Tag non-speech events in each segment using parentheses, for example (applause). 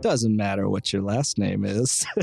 Doesn't matter what your last name is. (laughs)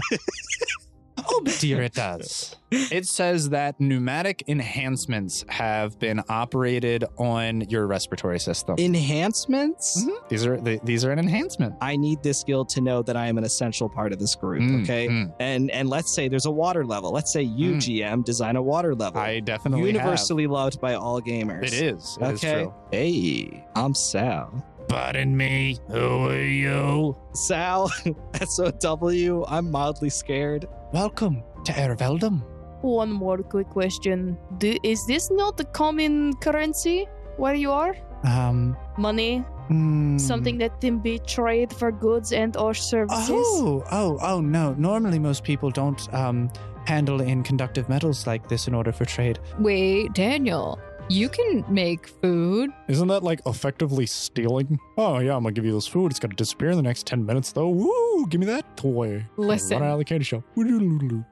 Oh dear, it does. It says that pneumatic enhancements have been operated on your respiratory system. Enhancements? Mhm. These are the, these are an enhancement. I need this guild to know that I am an essential part of this group, Mm, okay? mm. And and let's say there's a water level. Let's say you Mm. GM design a water level. I definitely Universally loved by all gamers. Have. It is. It is Okay. true. Hey, I'm Sal. Pardon me. Who are you? Sal, (laughs) S O W. I'm mildly scared. Welcome to Erveldum. One more quick question. Do, is this not the common currency where you are? Um. Money, hmm. something that can be traded for goods and or services? Oh, oh, oh no. Normally most people don't um handle in conductive metals like this in order for trade. Wait, Daniel, you can make food. Isn't that like effectively stealing? Oh yeah, I'm gonna give you this food. It's gonna disappear in the next ten minutes though. Woo! Give me that toy. Listen. Run out of the candy shop. Woo-doo-doo-doo-doo.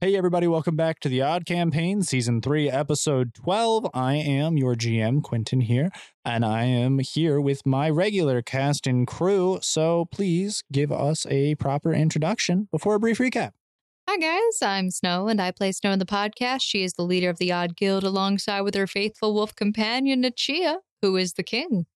Hey, everybody, welcome back to The Odd Campaign, Season 3, Episode 12. I am your GM, Quentin, here, and I am here with my regular cast and crew. So please give us a proper introduction before a brief recap. Hi, guys. I'm Snow, and I play Snow in the podcast. She is the leader of the Odd Guild alongside with her faithful wolf companion, Nachia, who is the king.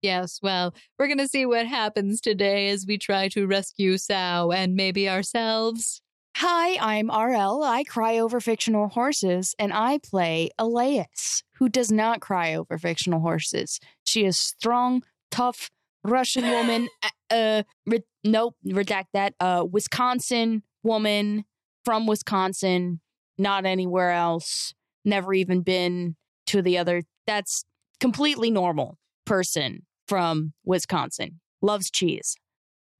Yes, well, we're going to see what happens today as we try to rescue Sao and maybe ourselves. Hi, I'm RL. I cry over fictional horses, and I play Elias, who does not cry over fictional horses. She is strong, tough Russian woman. uh, uh, re- nope, redact that. Uh, Wisconsin woman from Wisconsin, not anywhere else. Never even been to the other. That's completely normal person from Wisconsin. Loves cheese.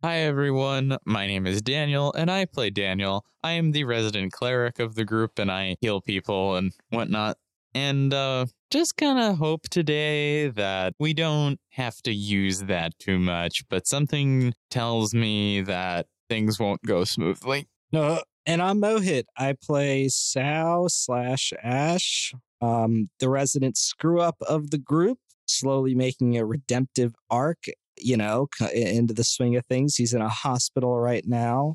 Hi everyone, my name is Daniel and I play Daniel. I am the resident cleric of the group and I heal people and whatnot. And uh, just kind of hope today that we don't have to use that too much, but something tells me that things won't go smoothly. No, And I'm Mohit. I play Sal slash Ash, um, the resident screw up of the group, slowly making a redemptive arc, you know, c- into the swing of things. He's in a hospital right now,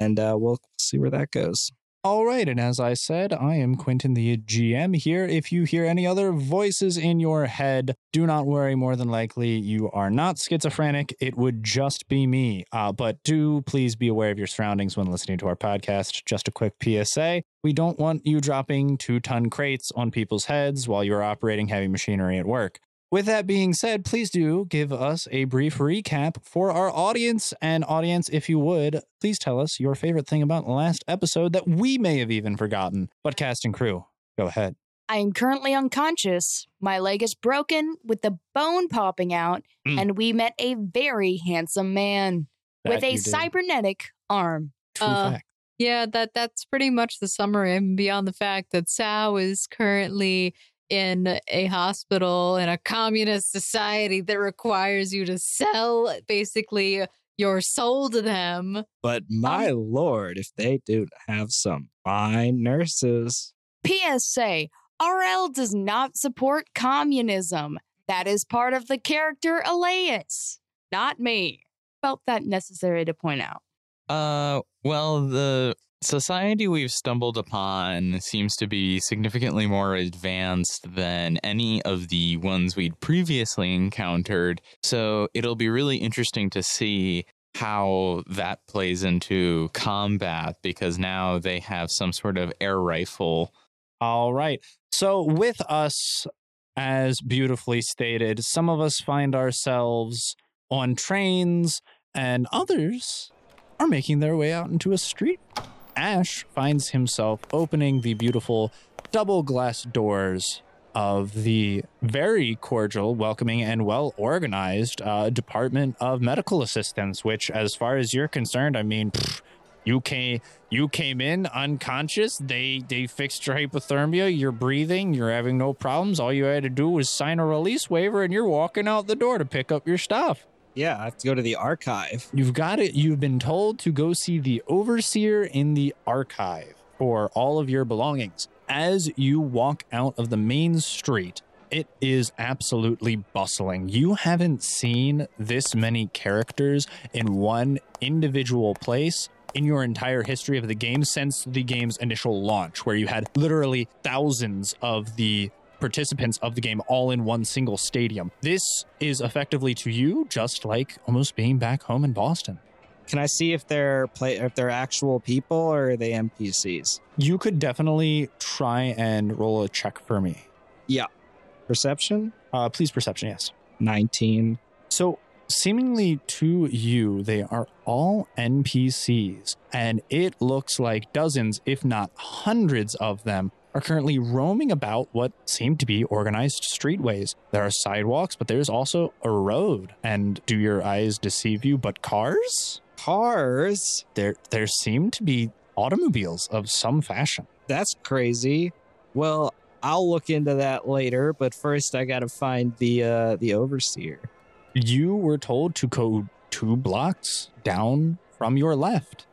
and uh, we'll see where that goes. All right, and as I said, I am Quentin the GM here. If you hear any other voices in your head, do not worry. More than likely, you are not schizophrenic. It would just be me. Uh, but do please be aware of your surroundings when listening to our podcast. Just a quick PSA we don't want you dropping two ton crates on people's heads while you're operating heavy machinery at work. With that being said, please do give us a brief recap for our audience. And, audience, if you would, please tell us your favorite thing about last episode that we may have even forgotten. But, cast and crew, go ahead. I am currently unconscious. My leg is broken with the bone popping out, Mm. and we met a very handsome man with Hmm. That a you did. cybernetic arm. True Uh, fact. Yeah, that that's pretty much the summary. And beyond the fact that Sao is currently in a hospital in a communist society that requires you to sell basically your soul to them. But my lord, if they do have some fine nurses. PSA RL does not support communism. That is part of the character Elias, not me. Felt that necessary to point out. Uh, well, the society we've stumbled upon seems to be significantly more advanced than any of the ones we'd previously encountered. So it'll be really interesting to see how that plays into combat because now they have some sort of air rifle (laughs) All right. So, with us, as beautifully stated, some of us find ourselves on trains and others are making their way out into a street. Ash finds himself opening the beautiful double glass doors of the very cordial, welcoming, and well organized uh, Department of Medical Assistance, which, as far as you're concerned, I mean, pfft, you came you came in unconscious. They they fixed your hypothermia. You're breathing. You're having no problems. All you had to do was sign a release waiver, and you're walking out the door to pick up your stuff. Yeah, I have to go to the archive. You've got it. You've been told to go see the overseer in the archive for all of your belongings. As you walk out of the main street, it is absolutely bustling. You haven't seen this many characters in one individual place in your entire history of the game since the game's initial launch, where you had literally thousands of the participants of the game all in one single stadium. This is effectively to you just like almost being back home in Boston. Can I see if they're play if they're actual people or are they NPCs? You could definitely try and roll a check for me. Perception Uh, please, perception, yes. nineteen. So, seemingly to you, they are all NPCs, and it looks like dozens, if not hundreds of them, are currently roaming about what seem to be organized streetways. There are sidewalks, but there's also a road. And do your eyes deceive you? But cars? Cars. There, there seem to be automobiles of some fashion. That's crazy. Well, I'll look into that later, but first I gotta find the uh the overseer. You were told to go two blocks down from your left.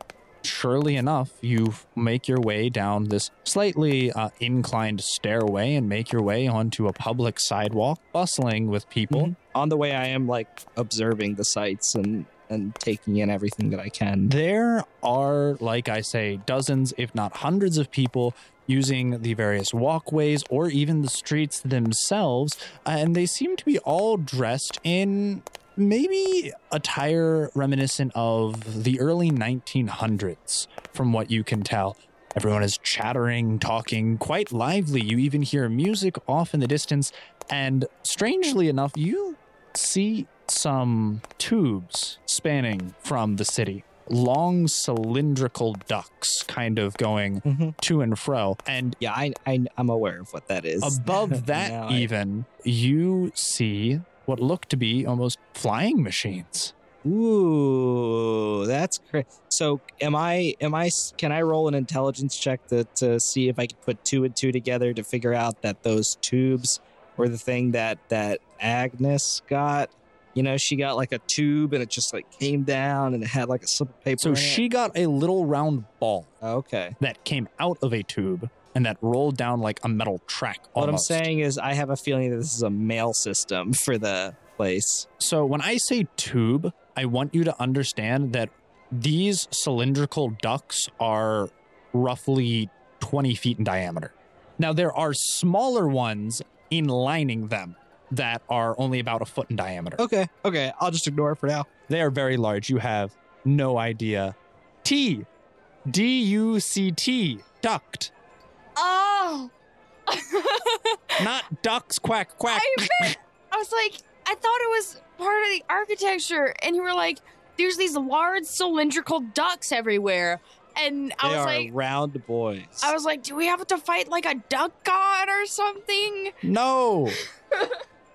Surely enough, you make your way down this slightly uh, inclined stairway and make your way onto a public sidewalk, bustling with people. On the way I am like observing the sights and and taking in everything that I can. There are, like I say, dozens, if not hundreds, of people using the various walkways or even the streets themselves, uh, and they seem to be all dressed in maybe attire reminiscent of the early 1900s, from what you can tell. Everyone is chattering, talking quite lively. You even hear music off in the distance, and strangely enough, you see some tubes spanning from the city. Long cylindrical ducts kind of going Mhm. to and fro. And Yeah, I, I I'm aware of what that is. (laughs) above that, Now I- even, you see what look to be almost flying machines. Ooh, that's crazy. So, am I? Am I? s- Can I roll an intelligence check to to see if I can put two and two together to figure out that those tubes were the thing that that Agnes got? You know, she got like a tube, and it just like came down, and it had like a slip of paper. So in it. she got a little round ball Okay. that came out of a tube and that rolled down like a metal track. What I'm almost. saying is, I have a feeling that this is a mail system for the place. So when I say tube, I want you to understand that these cylindrical ducts are roughly 20 feet in diameter. Now, there are smaller ones in lining them that are only about a foot in diameter. Okay. Okay. I'll just ignore it for now. They are very large. You have no idea. T, D U C T, duct, Oh, not ducks, quack, quack. I meant, I was like, I thought it was part of the architecture, and you were like, "There's these large cylindrical ducks everywhere," and I they are was like, round boys. I was like, "Do we have to fight like a duck god or something?" No.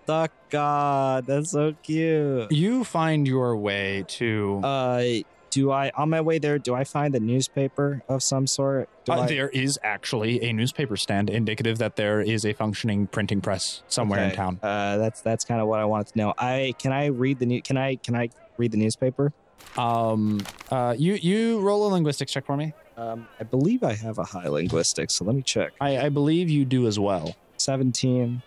Duck God. That's so cute. You find your way to. Uh, do I on my way there? Do I find a newspaper of some sort? Do Uh, I, there is actually a newspaper stand indicative that there is a functioning printing press somewhere in Okay. town. Uh, that's that's kind of what I wanted to know. I can I read the new? Can I can I read the newspaper? Um, uh, you you roll a linguistics check for me. Um, I believe I have a high linguistics, so let me check. I, I believe you do as well. Seventeen.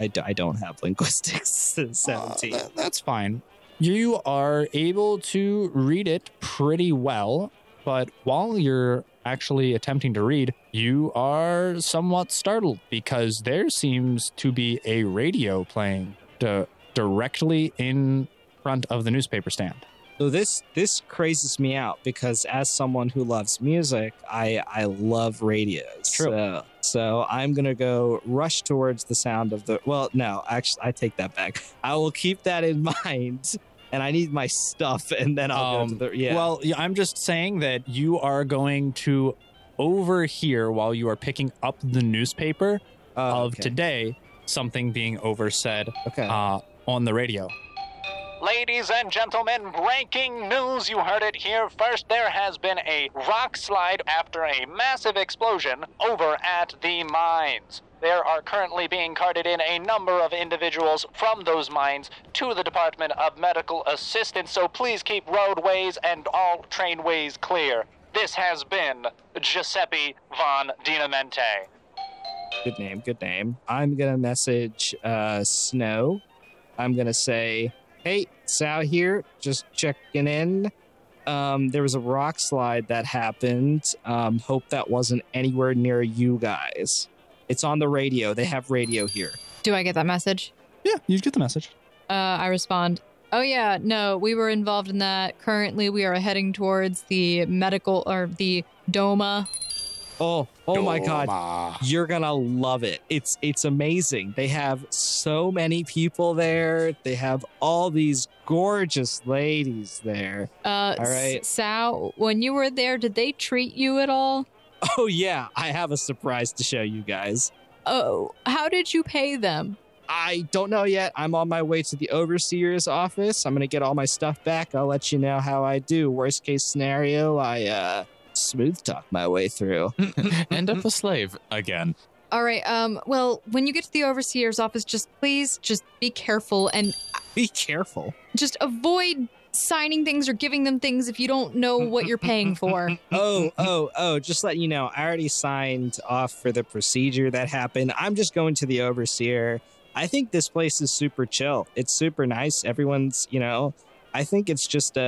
I, d- I don't have linguistics. (laughs) Seventeen. Uh, tha- that's fine. You are able to read it pretty well, but while you're actually attempting to read, you are somewhat startled because there seems to be a radio playing di- directly in front of the newspaper stand. So this this crazes me out because as someone who loves music, I I love radios. True. So, so I'm gonna go rush towards the sound of the. Well, no, actually, I take that back. I will keep that in (laughs) mind, and I need my stuff, and then I'll Um, go to the. Yeah. Well, yeah, I'm just saying that you are going to overhear while you are picking up the newspaper Oh, of okay. today something being oversaid Okay. uh, on the radio. Ladies and gentlemen, breaking news. You heard it here first. There has been a rock slide after a massive explosion over at the mines. There are currently being carted in a number of individuals from those mines to the Department of Medical Assistance, so please keep roadways and all trainways clear. This has been Giuseppe von Dinamente. Good name, good name. I'm gonna message uh, Snow. I'm gonna say, "Hey, Sal here, just checking in. Um, there was a rock slide that happened. Um, hope that wasn't anywhere near you guys. It's on the radio. They have radio here. Do I get that message? Yeah, you get the message. Uh, I respond, Oh, yeah, no, we were involved in that. Currently, we are heading towards the medical or the DOMA. Oh, oh my God, Doma. you're gonna love it it's it's amazing they have so many people there they have all these gorgeous ladies there Uh, All right. S- Sal, when you were there, did they treat you at all? oh yeah i have a surprise to show you guys Oh, how did you pay them? i don't know yet i'm on my way to the overseer's office i'm gonna get all my stuff back i'll let you know how i do worst case scenario i uh smooth talk my way through End up a slave again. All right. Um. Well, when you get to the overseer's office, just please, just be careful and (laughs) be careful just avoid signing things or giving them things if you don't know what you're (laughs) paying for. oh, oh, oh, just letting you know, I already signed off for the procedure that happened. I'm just going to the overseer. I think this place is super chill. It's super nice. Everyone's, you know, I think it's just uh,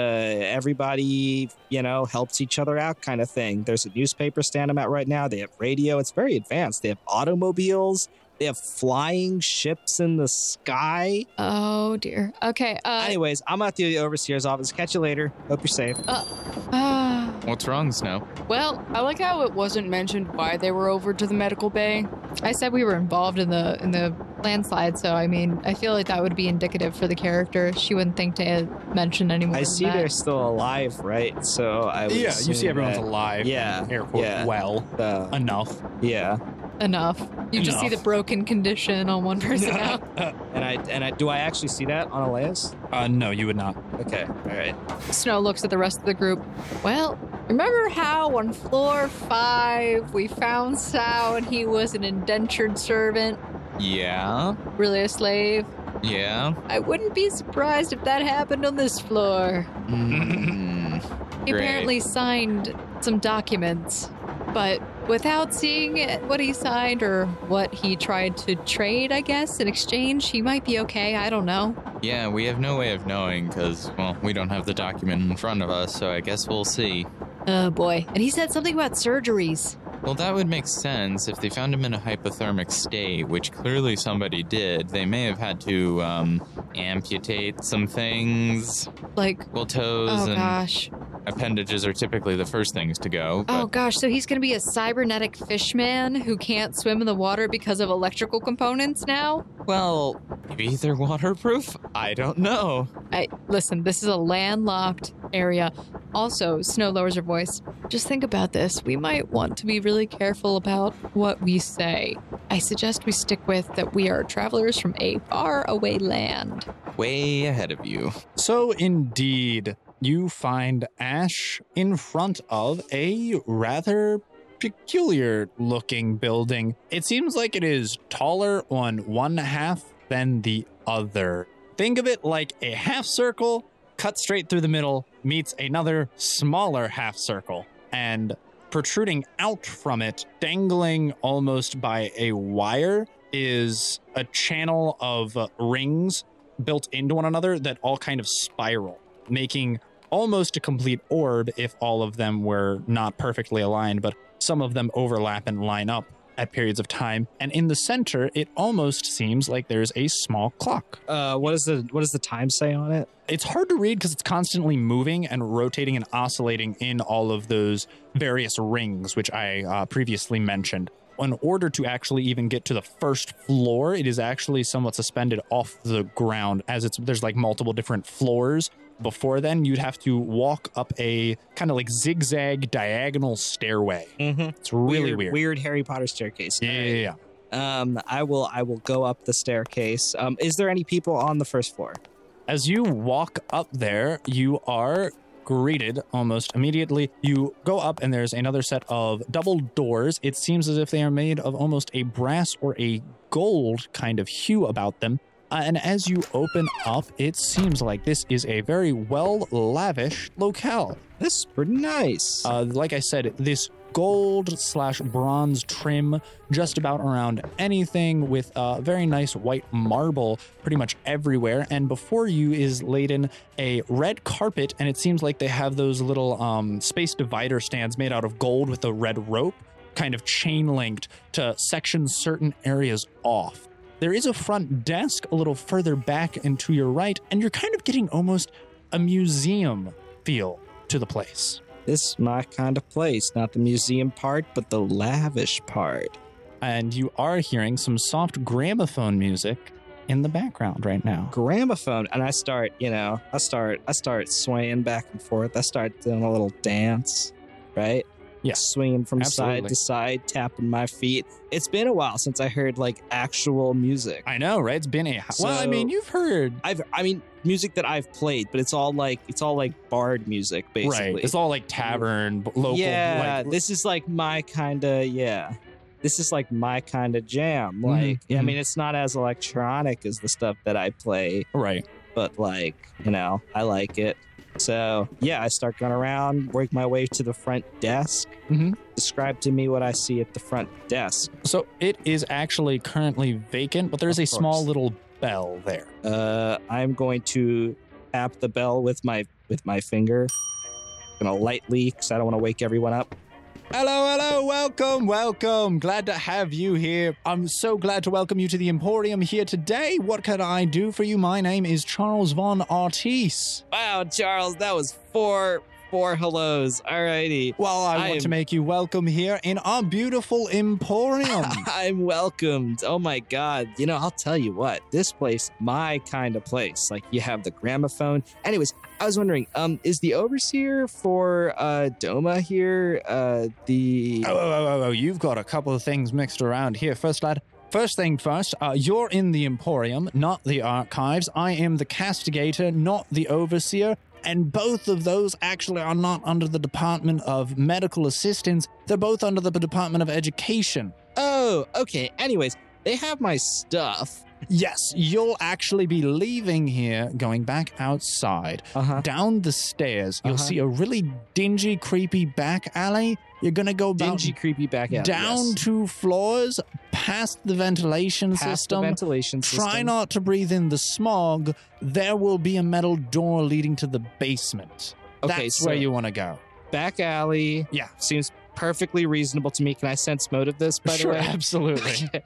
everybody, you know, helps each other out kind of thing. There's a newspaper stand I'm at right now. They have radio. It's very advanced. They have automobiles. They have flying ships in the sky. Oh dear. Okay. Uh. Anyways, I'm at the overseer's office. Catch you later. Hope you're safe. ah, What's wrong, Snow? Well, I like how it wasn't mentioned why they were over to the medical bay. I said we were involved in the in the landslide, so I mean, I feel like that would be indicative for the character. She wouldn't think to mention anymore. I see they're still alive, right? So I would Yeah, you assume see everyone's that- alive. Yeah, Air quote, yeah. well Uh, enough. yeah, enough. You just see the Enough. broken condition on (laughs) one person now. and I and I do I actually see that on Elias? Uh, no, you would not. Okay, all right. Snow looks at the rest of the group. Well, remember how on floor five we found Sao and he was an indentured servant, Yeah, really a slave? yeah. I wouldn't be surprised if that happened on this floor. Mm-hmm. Mm. He Great. apparently signed some documents, but without seeing it, what he signed or what he tried to trade, I guess, in exchange, he might be okay. I don't know. Yeah, we have no way of knowing because, well, we don't have the document in front of us, so I guess we'll see. Oh boy. And he said something about surgeries. Well, that would make sense if they found him in a hypothermic state, which clearly somebody did. They may have had to um, amputate some things. Like, Well, toes oh and gosh. appendages are typically the first things to go. But Oh gosh, so he's going to be a cybernetic fishman who can't swim in the water because of electrical components now? well, maybe they're waterproof. I don't know. I listen, this is a landlocked area. Also, Snow lowers her voice. Just think about this. We might want to be really careful about what we say. I suggest we stick with that we are travelers from a far away land. Way ahead of you. So, indeed, you find Ash in front of a rather peculiar looking building. It seems like it is taller on one half than the other. Think of it like a half circle cut straight through the middle meets another smaller half circle. And protruding out from it, dangling almost by a wire, is a channel of uh, rings built into one another that all kind of spiral, making almost a complete orb if all of them were not perfectly aligned, but some of them overlap and line up. at periods of time, and in the center, it almost seems like there's a small clock. (laughs) Uh, what is the what does the time say on it? It's hard to read because it's constantly moving and rotating and oscillating in all of those various rings, which I uh, previously mentioned. In order to actually even get to the first floor, it is actually somewhat suspended off the ground as it's there's like multiple different floors. Before then, you'd have to walk up a kind of like zigzag diagonal stairway. Mm-hmm. It's really weird. weird. Harry Potter staircase. Yeah, yeah, yeah. Um, I will I will go up the staircase. Um, is there any people on the first floor? As you walk up there, you are greeted almost immediately. You go up, and there's another set of double doors. It seems as if they are made of almost a brass or a gold kind of hue about them. Uh, and as you open up, it seems like this is a very well lavish locale. This is pretty nice. Uh, like I said, this gold slash bronze trim just about around anything with uh, very nice white marble pretty much everywhere. And before you is laden a red carpet, and it seems like they have those little um, space divider stands made out of gold with a red rope, kind of chain linked to section certain areas off. There is a front desk a little further back and to your right, and you're kind of getting almost a museum feel to the place. this is my kind of place. Not the museum part, but the lavish part. and you are hearing some soft gramophone music in the background right now. Gramophone. And I start, you know, I start I start swaying back and forth. I start doing a little dance, right? Yeah. Swinging from side Absolutely. to side, tapping my feet. It's been a while since I heard like actual music. I know, right? It's been a well. I So- mean, you've heard I've I mean music that I've played, but it's all like it's all like bard music basically. right. It's all like tavern, b- local. yeah, like, this is like my kind of yeah. This is like my kind of jam. Mhm, Like I mhm. mean it's not as electronic as the stuff that I play, right. but like, you know, I like it. So, yeah, I start going around, work my way to the front desk. Mhm. Describe to me what I see at the front desk. So it is actually currently vacant, but there is Of a small course. little bell there. Uh, I'm going to tap the bell with my with my finger. Gonna lightly, cause I don't want to wake everyone up. Hello, hello, welcome, welcome. Glad to have you here. I'm so glad to welcome you to the Emporium here today. What can I do for you? My name is Charles von Artis. Wow, Charles, that was four four hellos. Alrighty, Well, I, I want to am- make you welcome here in our beautiful (laughs) Emporium. (laughs) I'm welcomed. Oh my god, you know I'll tell you what, this place, my kind of place. Like you have the gramophone. Anyways, I was wondering, um, is the overseer for uh Doma here? Uh, the Oh, oh, oh, oh, oh, you've got a couple of things mixed around here. First, lad, first thing first, uh, you're in the Emporium, not the Archives. I am the Castigator, not the Overseer. And both of those actually are not under the Department of Medical Assistance. They're both under the Department of Education. oh, okay. Anyways, they have my stuff. Yes, you'll actually be leaving here, going back outside. Uh huh. Down the stairs, you'll Uh-huh. see a really dingy, creepy back alley. You're going to go about Dingy, creepy back alley, down yes. two floors, past the ventilation Past the system. ventilation system. Try not to breathe in the smog. There will be a metal door leading to the basement. Okay, That's so where you want to go. back alley. Yeah. seems perfectly reasonable to me. Can I sense mode of this? By sure, the way, (laughs) absolutely.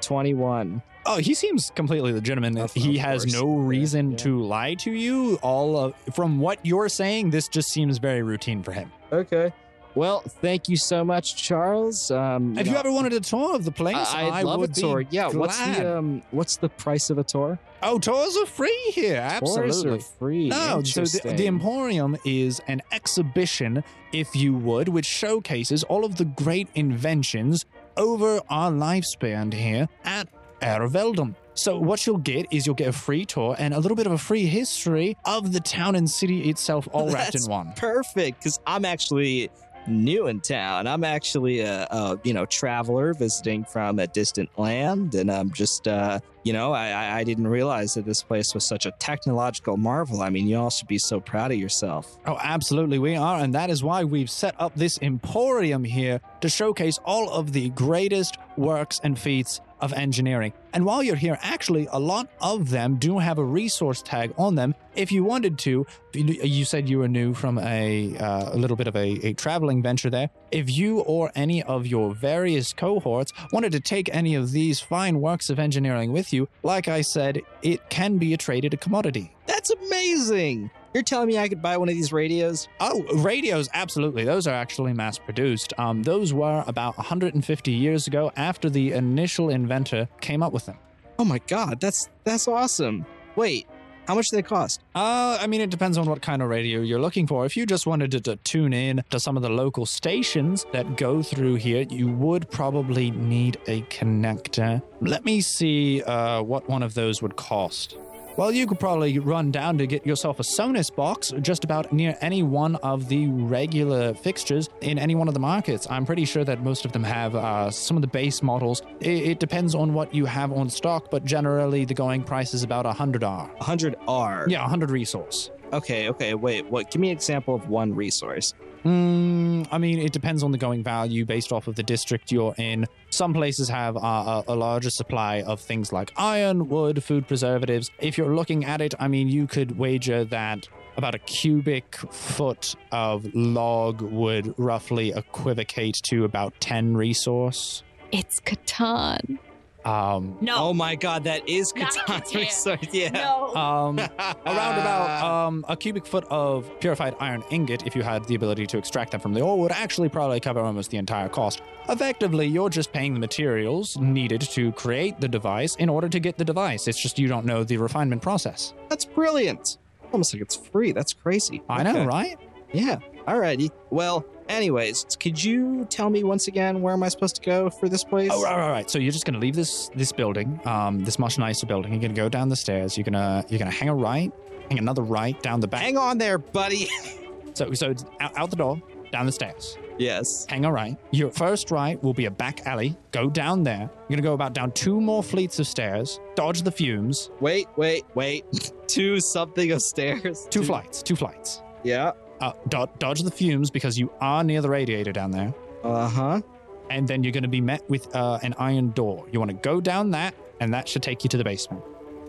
twenty one. oh, he seems completely legitimate. Of- he of has course. no Yeah, reason yeah. to lie to you. All of, from what you're saying, this just seems very routine for him. Okay. Well, thank you so much, Charles. Um, If you know, ever wanted a tour of the place, I, I'd love would a tour. be Yeah. What's glad. the um, What's the price of a tour? Oh, tours are free here. Absolutely. Tours are free. No, so the, the Interesting. Emporium is an exhibition, if you would, which showcases all of the great inventions over our lifespan here at Erveldum. So what you'll get is you'll get a free tour and a little bit of a free history of the town and city itself, all wrapped That's in one. perfect because I'm actually new in town. I'm actually a, a you know traveler visiting from a distant land, and I'm just uh, you know I- I, I didn't realize that this place was such a technological marvel. I mean, you all should be so proud of yourself. Oh, absolutely, we are. And that is why we've set up this emporium here to showcase all of the greatest works and feats of engineering. And while you're here, actually, a lot of them do have a resource tag on them. If you wanted to, you you said you were new from a, uh, a little bit of a, a traveling venture there. If you or any of your various cohorts wanted to take any of these fine works of engineering with you, like I said, it can be a traded commodity. That's amazing. You're telling me I could buy one of these radios? Oh, radios, absolutely. Those are actually mass produced. Um, those were about 150 years ago after the initial inventor came up with them. Oh my god, that's that's awesome. Wait, how much do they cost? Uh, I mean, it depends on what kind of radio you're looking for. If you just wanted to, to tune in to some of the local stations that go through here, you would probably need a connector. Let me see uh, what one of those would cost. Well, you could probably run down to get yourself a Sonus box just about near any one of the regular fixtures in any one of the markets. I'm pretty sure that most of them have uh, some of the base models. It, it depends on what you have on stock, but generally the going price is about 100 R. 100R. Yeah, 100 resource. Okay, okay, wait. What give me an example of one resource. Mm, I mean, it depends on the going value based off of the district you're in. Some places have uh, a, a larger supply of things like iron, wood, food preservatives. If you're looking at it, I mean, you could wager that about a cubic foot of log would roughly equivocate to about 10 resource. It's Catan. Um, Oh my god, that is Not Catan Catan. resource. Yeah. Oh. No. um, around about um, a cubic foot of purified iron ingot, if you had the ability to extract them from the ore, would actually probably cover almost the entire cost. Effectively, you're just paying the materials needed to create the device in order to get the device. It's just you don't know the refinement process. uh, That's brilliant. Almost like it's free. That's crazy. I Okay. know, right? Yeah. Alrighty. Well, anyways, could you tell me once again where am I supposed to go for this place? Oh, right, right, right. So you're just gonna leave this this building, um, this much nicer building. You're gonna go down the stairs. You're gonna you're gonna hang a right, hang another right down the back. Hang on there, buddy. (laughs) So so it's out, out the door, down the stairs. yes. Hang a right. Your first right will be a back alley. Go down there. You're going to go about down two more fleets of stairs, dodge the fumes. Wait, wait, wait. (laughs) Two something of stairs. Two flights, two flights. Yeah. Uh, do- dodge the fumes because you are near the radiator down there. Uh-huh. And then you're going to be met with uh, an iron door. You want to go down that, and that should take you to the basement.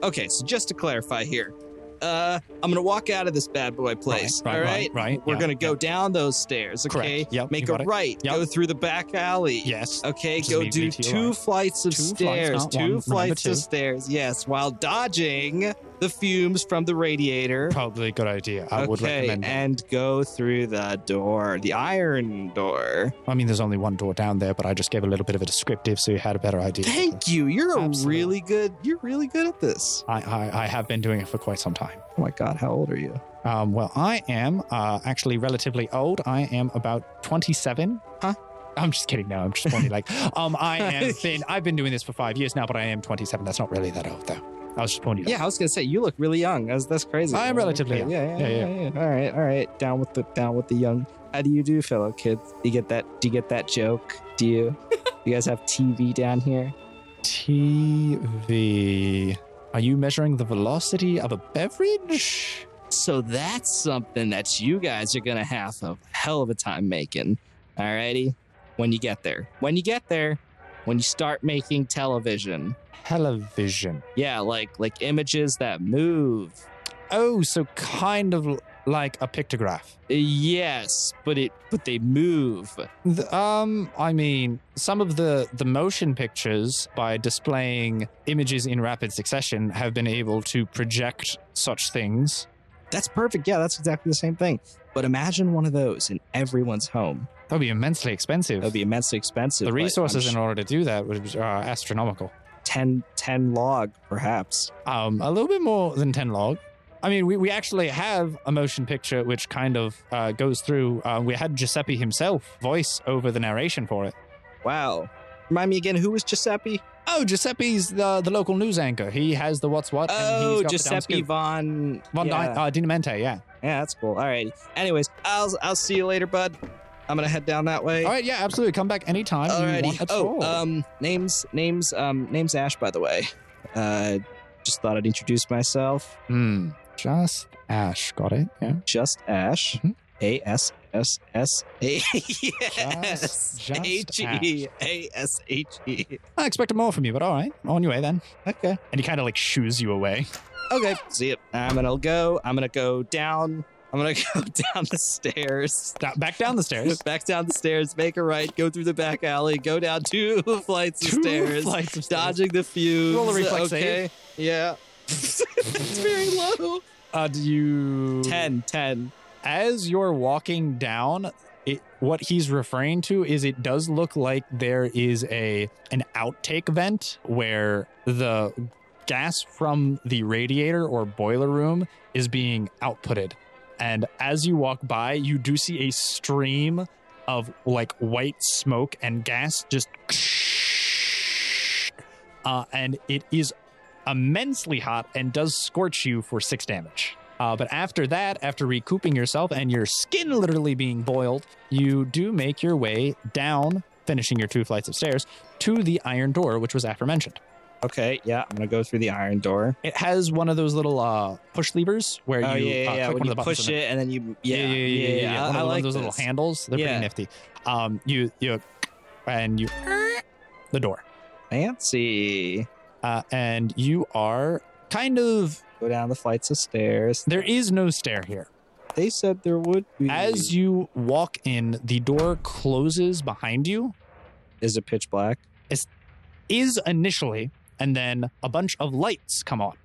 Okay, so just to clarify here. Uh I'm gonna walk out of this bad boy place. Right, all right, right. right, right, We're yeah, gonna go yeah. down those stairs, okay? Correct. Yep, Make you a got it. right, Yep. go through the back alley. Yes. Okay, Which is go do immediately to your two right. flights of Two flights, stairs, not two one. Remember flights two. of stairs, yes, while dodging the fumes from the radiator. Probably a good idea. I would okay, recommend that. and go through the door, the iron door. I mean, there's only one door down there, but I just gave a little bit of a descriptive so you had a better idea. Thank you. You're Absolutely. a really good. You're really good at this. I, I, I have been doing it for quite some time. Oh my god, how old are you? Um, well, I am uh, actually relatively old. I am about 27. Huh? I'm just kidding. No, I'm just pointing (laughs) like, um, I am thin. I've been doing this for five years now, but I am 27. That's not really that old, though. I was just pointing. Yeah, I was gonna say you look really young. That's that's crazy. I am relatively young. Yeah, yeah, Yeah, yeah, yeah. All right, all right. Down with the down with the young. How do you do, fellow kids? Do you get that? Do you get that joke? Do (laughs) you? you guys have TV down here? TV. Are you measuring the velocity of a beverage? So that's something that you guys are gonna have a hell of a time making. Alrighty? When you get there. When you get there, when you start making television. Television. Yeah, like like images that move. Oh, so kind of l- like a pictograph. Uh, Yes, but it but they move. Th- Um, I mean, some of the the motion pictures by displaying images in rapid succession have been able to project such things. That's perfect. Yeah, that's exactly the same thing. But imagine one of those in everyone's home. That would be immensely expensive. That would be immensely expensive. the but I'm resources in sure order to do that would are astronomical. 10, 10 log, perhaps. Um, a little bit more than ten log. I mean, we, we actually have a motion picture which kind of uh, goes through. Uh, we had Giuseppe himself voice over the narration for it. Wow. Remind me again, who was Giuseppe? Oh, Giuseppe's the the local news anchor. He has the what's what. and he's Oh, got the down Giuseppe scoop. Von Von yeah. Dyne, uh, Dinamente, yeah. Yeah, that's cool. All right. Anyways, I'll I'll see you later, bud. I'm gonna head down that way. All right, yeah, absolutely. Come back anytime you want Alrighty. at Oh, all. um, names names um names Ash, by the way. Uh, just thought I'd introduce myself. Hmm. Just Ash, got it? Yeah. Just Ash. Mhm. A S S S A. E. Just- (laughs) Yes. just H E A S H E. I expected more from you, but all right, on your way then. Okay. And he kind of like shoos you away. Okay. See it. I'm gonna go. I'm gonna go down. I'm gonna (laughs) go down the stairs. Da- back down the (laughs) stairs. Back down the stairs, make a right, go through the back alley, go down two (laughs) flights of Two stairs, flights of stairs. dodging the fuse. Roll a reflex okay. Yeah. (laughs) it's very low. Uh, do you 10, 10. as you're walking down it, what he's referring to is it does look like there is a an outtake vent where the gas from the radiator or boiler room is being outputted and as you walk by you do see a stream of like white smoke and gas just (laughs) uh, and it is immensely hot and does scorch you for six damage uh, but after that, after recouping yourself and your skin literally being boiled, you do make your way down, finishing your two flights of stairs, to the iron door, which was aforementioned. Okay, yeah, I'm gonna go through the iron door. It has one of those little uh, push levers where oh, you yeah, yeah, uh, yeah. click When one you of the buttons. push and it and then you, yeah, yeah, yeah, yeah, yeah. yeah, I One, of, like those little this. handles. They're Yeah. pretty nifty. Um, you you and you the door, Fancy. uh, and you are kind of Go down the flights of stairs. there is no stair here. They said there would be. As you walk in, the door closes behind you, is it pitch black? is initially, and then a bunch of lights come on.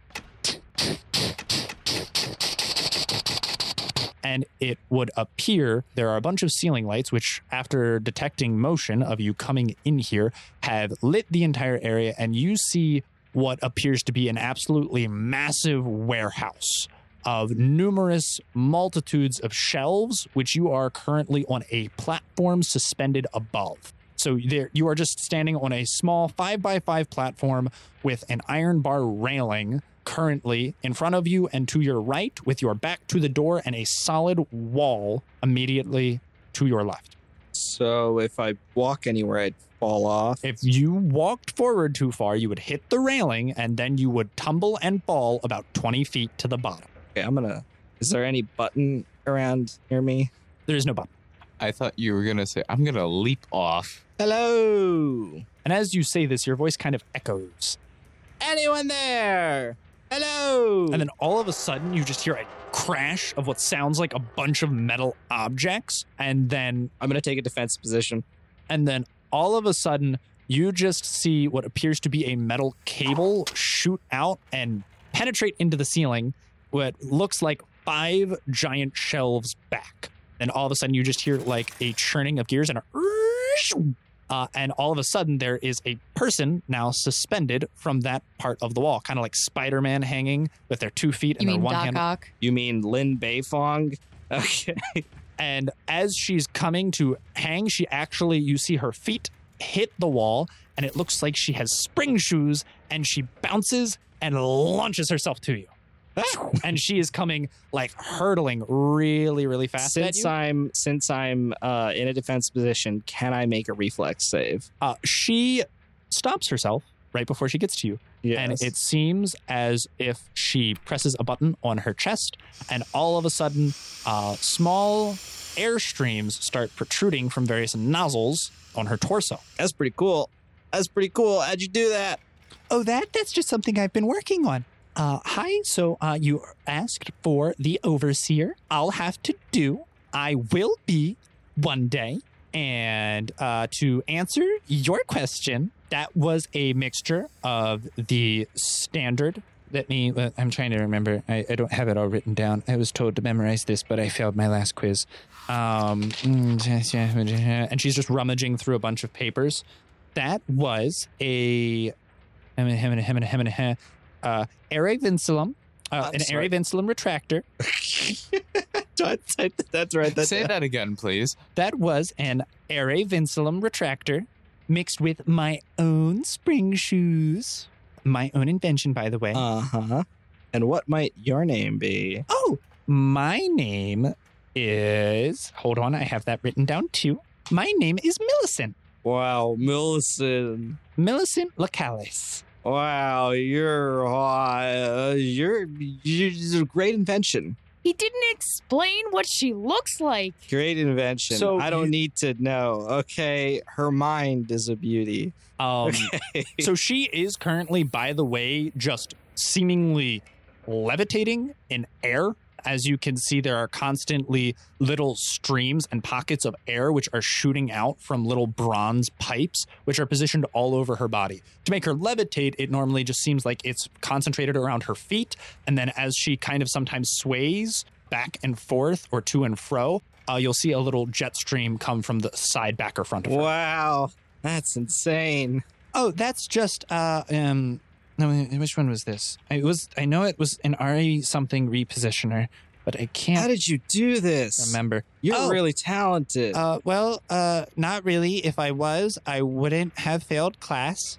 And it would appear there are a bunch of ceiling lights, which, after detecting motion of you coming in here, have lit the entire area, and you see what appears to be an absolutely massive warehouse of numerous multitudes of shelves, which you are currently on a platform suspended above. So there, you are just standing on a small five by five platform with an iron bar railing currently in front of you and to your right, with your back to the door and a solid wall immediately to your left. So if I walk anywhere, I'd fall off. If you walked forward too far, you would hit the railing and then you would tumble and fall about 20 feet to the bottom. Okay, I'm gonna. Is there any button around near me? There is no bottom. I thought you were gonna say I'm gonna leap (laughs) off. Hello, And as you say this, your voice kind of echoes. anyone there? Hello. And then all of a sudden, you just hear a crash of what sounds like a bunch of metal objects. And then I'm gonna take a defense position. and then all of a sudden you just see what appears to be a metal cable shoot out and penetrate into the ceiling what looks like five giant shelves back and all of a sudden you just hear like a churning of gears and a (laughs) uh, and all of a sudden there is a person now suspended from that part of the wall kind of like spider-man hanging with their two feet You and their mean one Doc hand Ock? You mean Lin Beifong? (laughs) Okay. and as she's coming to hang she actually you see her feet hit the wall and it looks like she has spring shoes and she bounces and launches herself to you and she is coming like hurtling really really fast at Since you. I'm since I'm uh, in a defense position, can I make a reflex save? Uh, she stops herself right before she gets to you Yeah. and it seems as if she presses a button on her chest, and all of a sudden, uh, small airstreams start protruding from various nozzles on her torso. that's pretty cool. That's pretty cool. How'd you do that? (laughs) Oh, that that's just something I've been working on. Uh, hi. So uh, you asked for the overseer. I'll have to do. I will be one day. And uh, to answer your question, that was a mixture of the standard. Let me. uh, I'm trying to remember. I, I don't have it all written down. I was told to memorize this, but I failed my last quiz. Um, (laughs) and she's just rummaging through a bunch of papers. That was a (laughs) uh, him and him and him and him and him. Uh, Aire Vinculum, uh, I'm an sorry. Aire Vinculum retractor. That's right. That's right. That's say that again, please. That was an Aire Vinculum retractor mixed with my own spring shoes. My own invention, by the way. Uh huh. And what might your name be? oh, my name is. Hold on, I have that written down too. My name is Millicent. Wow, Millicent. Millicent Lacalis. Wow, you're uh, you're, you're this is a great invention. He didn't explain what she looks like. Great invention. So I don't you- need to know. Okay, her mind is a beauty. Um, (laughs) Okay. so she is currently, by the way, just seemingly levitating in air. As you can see, there are constantly little streams and pockets of air which are shooting out from little bronze pipes, which are positioned all over her body. To make her levitate, it normally just seems like it's concentrated around her feet. And then as she kind of sometimes sways back and forth or to and fro, uh, you'll see a little jet stream come from the side, back, or front of her. wow, that's insane. Oh, that's just uh um. No, which one was this? I was I know it was an RE something repositioner, but I How can't did you do this? remember. You're Oh. really talented. Uh, well, uh, not really. If I was, I wouldn't have failed class,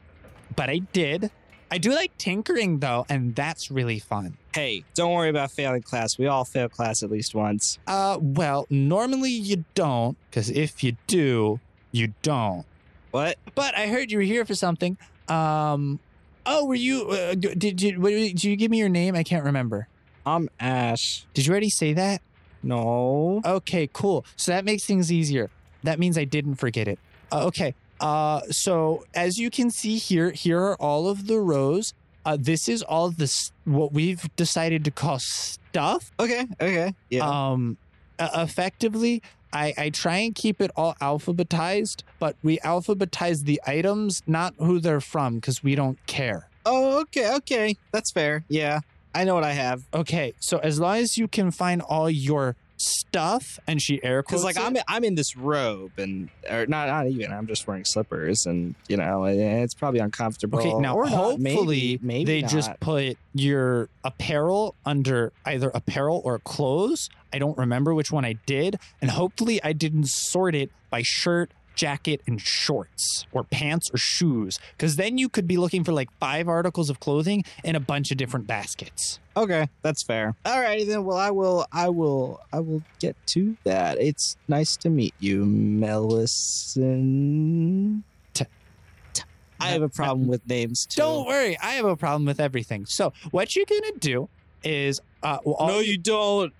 but I did. I do like tinkering though, and that's really fun. hey, don't worry about failing class. We all fail class at least once. Uh, well, normally you don't, because if you do, you don't. What? But I heard you were here for something. Um, oh, were you? Uh, d- did you? What, did you give me your name? I can't remember. I'm Ash. Did you already say that? No. Okay, cool. So that makes things easier. That means I didn't forget it. Uh, okay. Uh, so as you can see here, here are all of the rows. Uh, this is all the s what we've decided to call stuff. Okay. Okay. Yeah. Um, uh, effectively, I, I try and keep it all alphabetized, but we alphabetize the items, not who they're from, because we don't care. oh, okay. Okay. That's fair. Yeah. I know what I have. Okay, so as long as you can find all your stuff, and she air Because quotes like it, I'm I'm in this robe and or not not even I'm just wearing slippers and you know and it's probably uncomfortable. Okay, now or not, maybe- hopefully maybe they not. just put your apparel under either apparel or clothes. I don't remember which one I did, and hopefully I didn't sort it by shirt, jacket, and shorts, or pants or shoes, because then you could be looking for like five articles of clothing in a bunch of different baskets. Okay, that's fair. All right, then. Well, I will. I will. I will get to that. It's nice to meet you, Mellison. T- t- I have a problem with names too. Don't worry, I have a problem with everything. So what you're gonna do is uh, all No, you don't.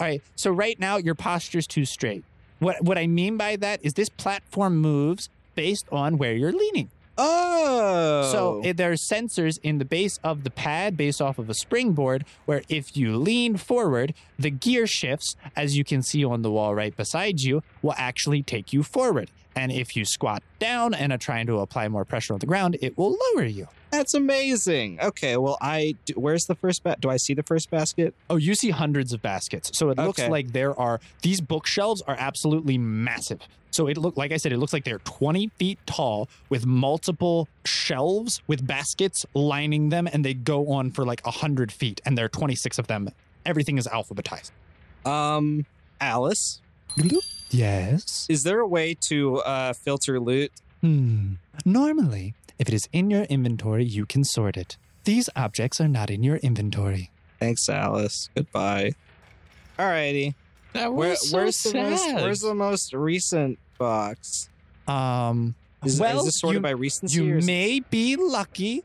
All right. So right now your posture's too straight. What what I mean by that is this platform moves based on where you're leaning. Oh, So it, there are sensors in the base of the pad based off of a springboard where if you lean forward, the gear shifts as you can see on the wall right beside you will actually take you forward. And if you squat down and are trying to apply more pressure on the ground, it will lower you. that's amazing. Okay, well, I do, where's the first bat? Do I see the first basket? Oh, you see hundreds of baskets. So it looks Okay. like there are these bookshelves are absolutely massive. So it look like I said, it looks like they're 20 feet tall with multiple shelves with baskets lining them, and they go on for like hundred feet, and there are 26 of them. Everything is alphabetized. Um, Alice, Yes. is there a way to uh, filter loot? Hmm. Normally, if it is in your inventory, you can sort it. These objects are not in your inventory. Thanks, Alice. Goodbye. Alrighty. That Where, was so where's the most? sad. Where's the most recent box? Um. Is, well, is this sorted you- by recency? you or is- may be lucky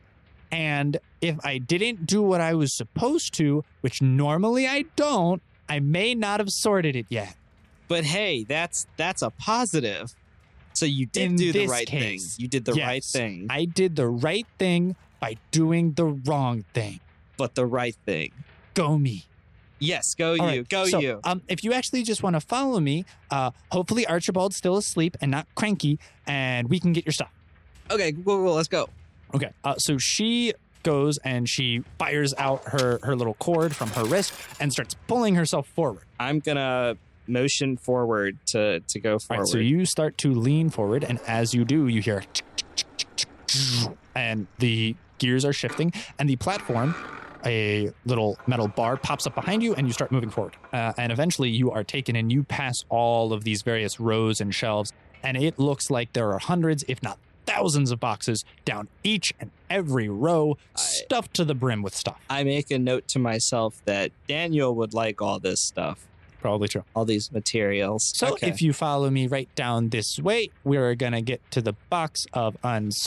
and if i didn't do what i was supposed to which normally i don't i may not have sorted it yet but hey, that's that's a positive. So you did In do the this right case, thing. You did the yes. right thing, i did the right thing by doing the wrong thing but the right thing. go me Yes, go All you, right, go so, you. um, if you actually just want to follow me uh, hopefully archibald's still asleep and not cranky and we can get your stuff Okay, cool, cool, let's go. Okay. Uh, so she goes and she fires out her her little cord from her wrist and starts pulling herself forward. I'm gonna motion forward to to go All forward. right. So you start to lean forward, and as you do, you hear, and the gears are shifting, and the platform. A little metal bar pops up behind you, and you start moving forward. Uh, and eventually, you are taken, and you pass all of these various rows and shelves. And it looks like there are hundreds, if not thousands, of boxes down each and every row, I- stuffed to the brim with stuff. I make a note to myself that Daniel would like all this stuff, Probably true. all these materials. So Okay. if you follow me right down this way, we're gonna get to the box of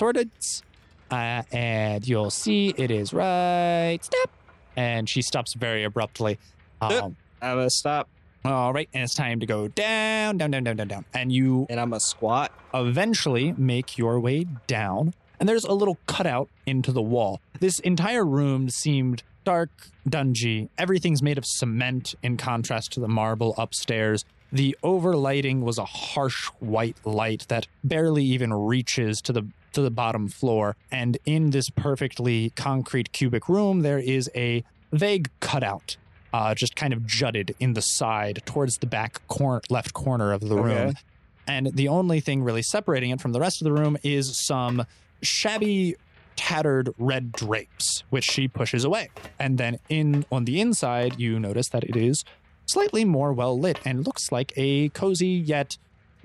unsorteds, uh, and you'll see it is right. Stop. And she stops very abruptly. Um, I'm gonna stop All right, and it's time to go down, down, down, down, down, down. And you and I'm gonna squat. eventually make your way down, and there's a little cutout into the wall. This entire room seemed dark, dungy. Everything's made of cement in contrast to the marble upstairs. The overlighting was a harsh white light that barely even reaches to the to the bottom floor. And in this perfectly concrete cubic room, there is a vague cutout, uh, just kind of jutted in the side towards the back cor- left corner of the room Okay. and the only thing really separating it from the rest of the room is some shabby tattered red drapes which she pushes away and then in on the inside you notice that it is slightly more well lit and looks like a cozy yet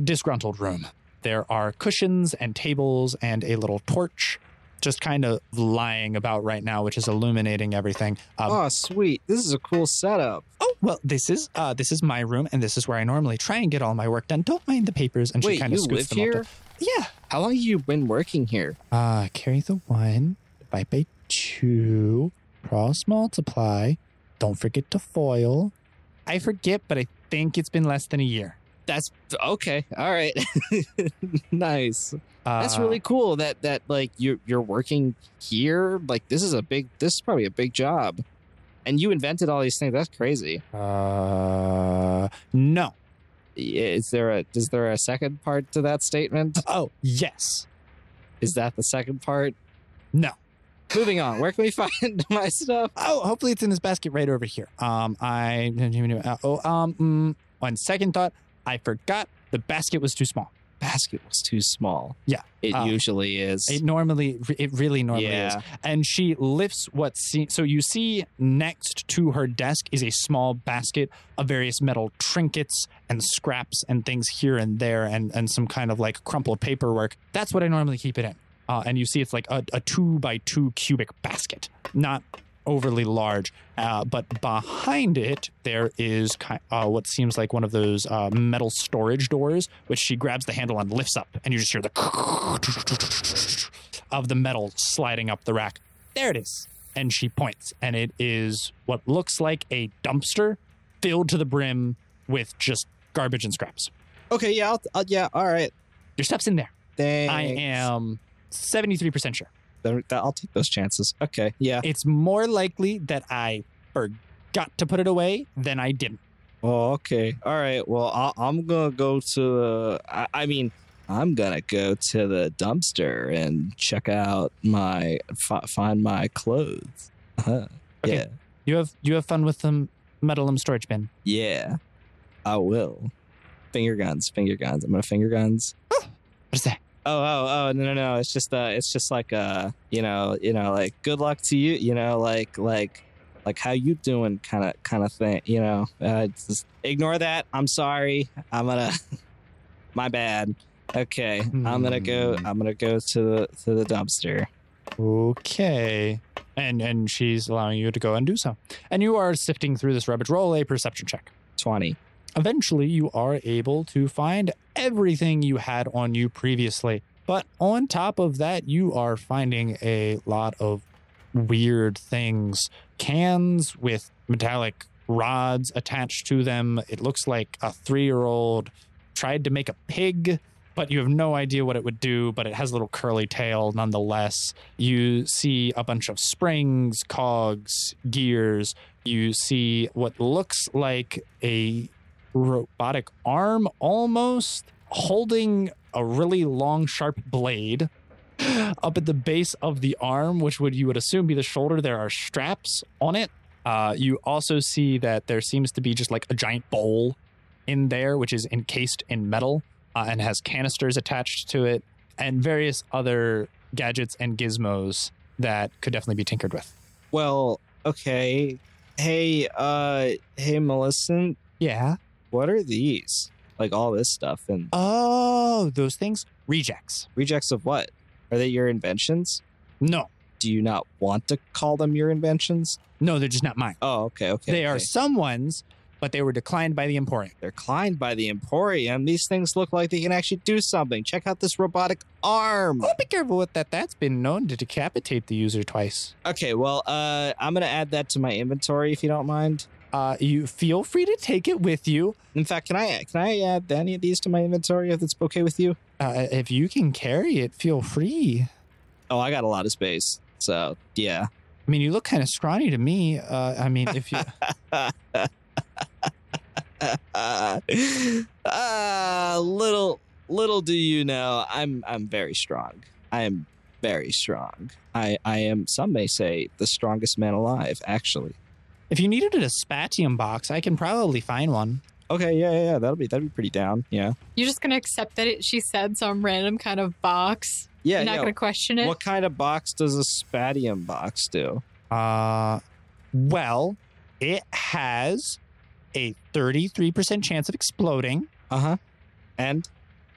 disgruntled room there are cushions and tables and a little torch just kind of lying about right now which is illuminating everything um, oh, sweet! This is a cool setup. oh well this is uh this is my room and this is where i normally try and get all my work done don't mind the papers and she Wait, kind you of live scoots them up to- here? yeah. How long you been working here? Uh, carry the one, divide by two, cross multiply. Don't forget to foil. I forget, but I think it's been less than a year. That's okay. All right, (laughs) nice. Uh, That's really cool. That that like you're you're working here. Like this is a big. This is probably a big job, and you invented all these things. That's crazy. Uh, no. Is there a is there a second part to that statement? Oh, yes. Is that the second part? No. Moving on. Where can we (laughs) find my stuff? Oh, hopefully it's in this basket right over here. Um, I. uh, oh, um, mm, on second thought, I forgot the basket was too small. Basket was too small. Yeah. it Uh, usually is. It normally, it really normally yeah. is. and she lifts what seems so you see next to her desk is a small basket of various metal trinkets and scraps and things here and there and and some kind of like crumpled paperwork that's what i normally keep it in uh, and you see it's like a, a two by two cubic basket not overly large uh, but behind it there is ki- uh, what seems like one of those uh, metal storage doors which she grabs the handle and lifts up and you just hear the (laughs) of the metal sliding up the rack. There it is. And she points, and it is what looks like a dumpster filled to the brim with just garbage and scraps. Okay, yeah, I'll, I'll, yeah, all right. Your stuff's in there. Thanks. I am 73% sure. Th- th- I'll take those chances. Okay, yeah. It's more likely that I forgot to put it away than I didn't. Oh, okay. All right. Well, I- I'm gonna go to the. I-, I mean, I'm gonna go to the dumpster and check out my fi- find my clothes. Uh-huh. Okay. Yeah, You have you have fun with the metal and storage bin. yeah. I will. Finger guns, finger guns. I'm gonna finger guns. What is that? Oh, oh, oh, no, no, no. It's just, uh, it's just like, uh, you know, you know, like, good luck to you, you know, like, like, like how you doing kind of, kind of thing, you know, uh, it's just ignore that. I'm sorry. I'm gonna, (laughs) my bad. Okay. I'm gonna go, Hmm. I'm gonna go to the, to the dumpster. Okay. And and she's allowing you to go and do so. And you are sifting through this rubbish. Roll a perception check. 20. Eventually, you are able to find everything you had on you previously. But on top of that, you are finding a lot of weird things cans with metallic rods attached to them. It looks like a three year old tried to make a pig, but you have no idea what it would do, but it has a little curly tail nonetheless. You see a bunch of springs, cogs, gears. You see what looks like a robotic arm almost holding a really long sharp blade up at the base of the arm which would you would assume be the shoulder there are straps on it uh, you also see that there seems to be just like a giant bowl in there which is encased in metal uh, and has canisters attached to it and various other gadgets and gizmos that could definitely be tinkered with Well, okay. Hey, uh, hey, Melissa, yeah what are these? Like all this stuff and oh those things rejects rejects of what? Are they your inventions? no Do you not want to call them your inventions? no they're just not mine Oh, okay, okay. They are okay. someone's, but they were declined by the Emporium. They're climbed by the Emporium. These things look like they can actually do something. Check out this robotic arm. Oh, be careful with that. That's been known to decapitate the user twice. Okay, well, uh, I'm gonna add that to my inventory if you don't mind. Uh, you feel free to take it with you. In fact, can I can I add any of these to my inventory if that's okay with you? Uh, if you can carry it, feel free. Oh, I got a lot of space, so yeah. I mean, you look kind of scrawny to me. Uh, I mean, if you (laughs) Ah, little little do you know, I'm I'm very strong. I am very strong. I I am. Some may say the strongest man alive. Actually. if you needed a spatium box, I can probably find one. Okay. Yeah. Yeah. yeah that'll be that'll be pretty down. Yeah. You're just gonna accept that it, she said some random kind of box. Yeah. You're not yeah. gonna question it. What kind of box does a spatium box do? Uh, well, it has a 33% chance of exploding. Uh huh. And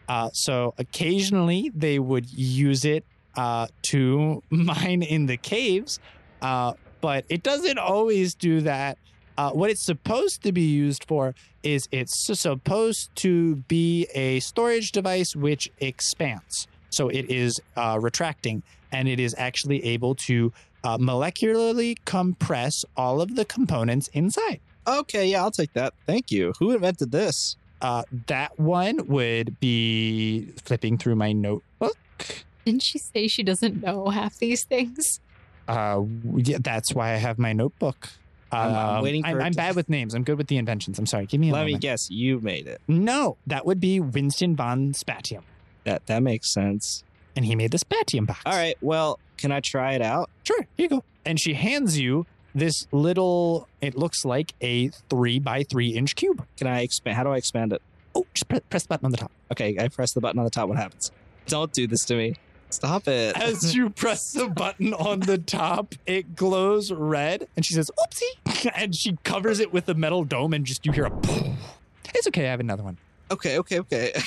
Uh, so occasionally they would use it uh, to (laughs) mine in the caves, uh, but it doesn't always do that. Uh, what it's supposed to be used for is it's s- supposed to be a storage device which expands. So it is uh, retracting and it is actually able to uh, molecularly compress all of the components inside. okay. Yeah. I'll take that. Thank you. Who invented this? Uh, that one would be flipping through my notebook. Didn't she say she doesn't know half these things? Uh, w- yeah, that's why I have my notebook. I'm- I'm Um, waiting for I'm, it I'm to- bad with names. I'm good with the inventions. I'm sorry. Give me a Let me moment. guess. You made it. no, that would be Winston von Spatium, That that makes sense. and he made the Spatium box. All right. Well, can I try it out? sure. Here you go. And she hands you this little. It looks like a three by three inch cube. Can I expand? How do I expand it? Oh, just pre- press the button on the top. Okay, I press the button on the top. What happens? Don't do this to me. Stop it. (laughs) As you press the button on the top, it glows red, and she says, "Oopsie!" (laughs) and she covers it with a metal dome, and just you hear a. (laughs) It's okay. I have another one. (laughs) okay, okay, okay. (laughs)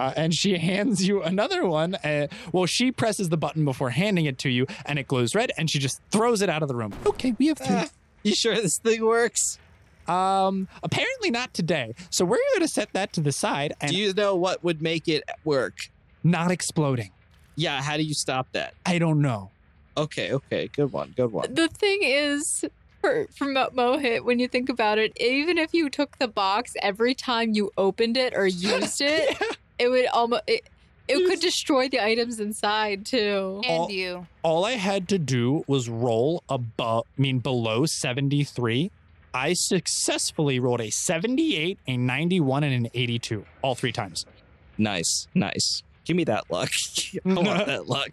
Uh, and she (laughs) hands you another one. Uh, well, she presses the button before handing it to you, and it glows red, and she just throws it out of the room. Okay, we have three. you sure this thing works? Um, apparently not today. So we're going to set that to the side and Do you know what would make it work? not exploding. Yeah, how do you stop that? I don't know. Okay, okay. Good one, good one. The thing is, for, for Mo- Mohit, when you think about it, even if you took the box every time you opened it or (laughs) used it, it would almost it, it could destroy the items inside too. And All- you. All I had to do was roll above, I mean, below 73. I successfully rolled a 78, a 91, and an 82, all three times. Nice, nice. Give me that luck. (laughs) I want that luck.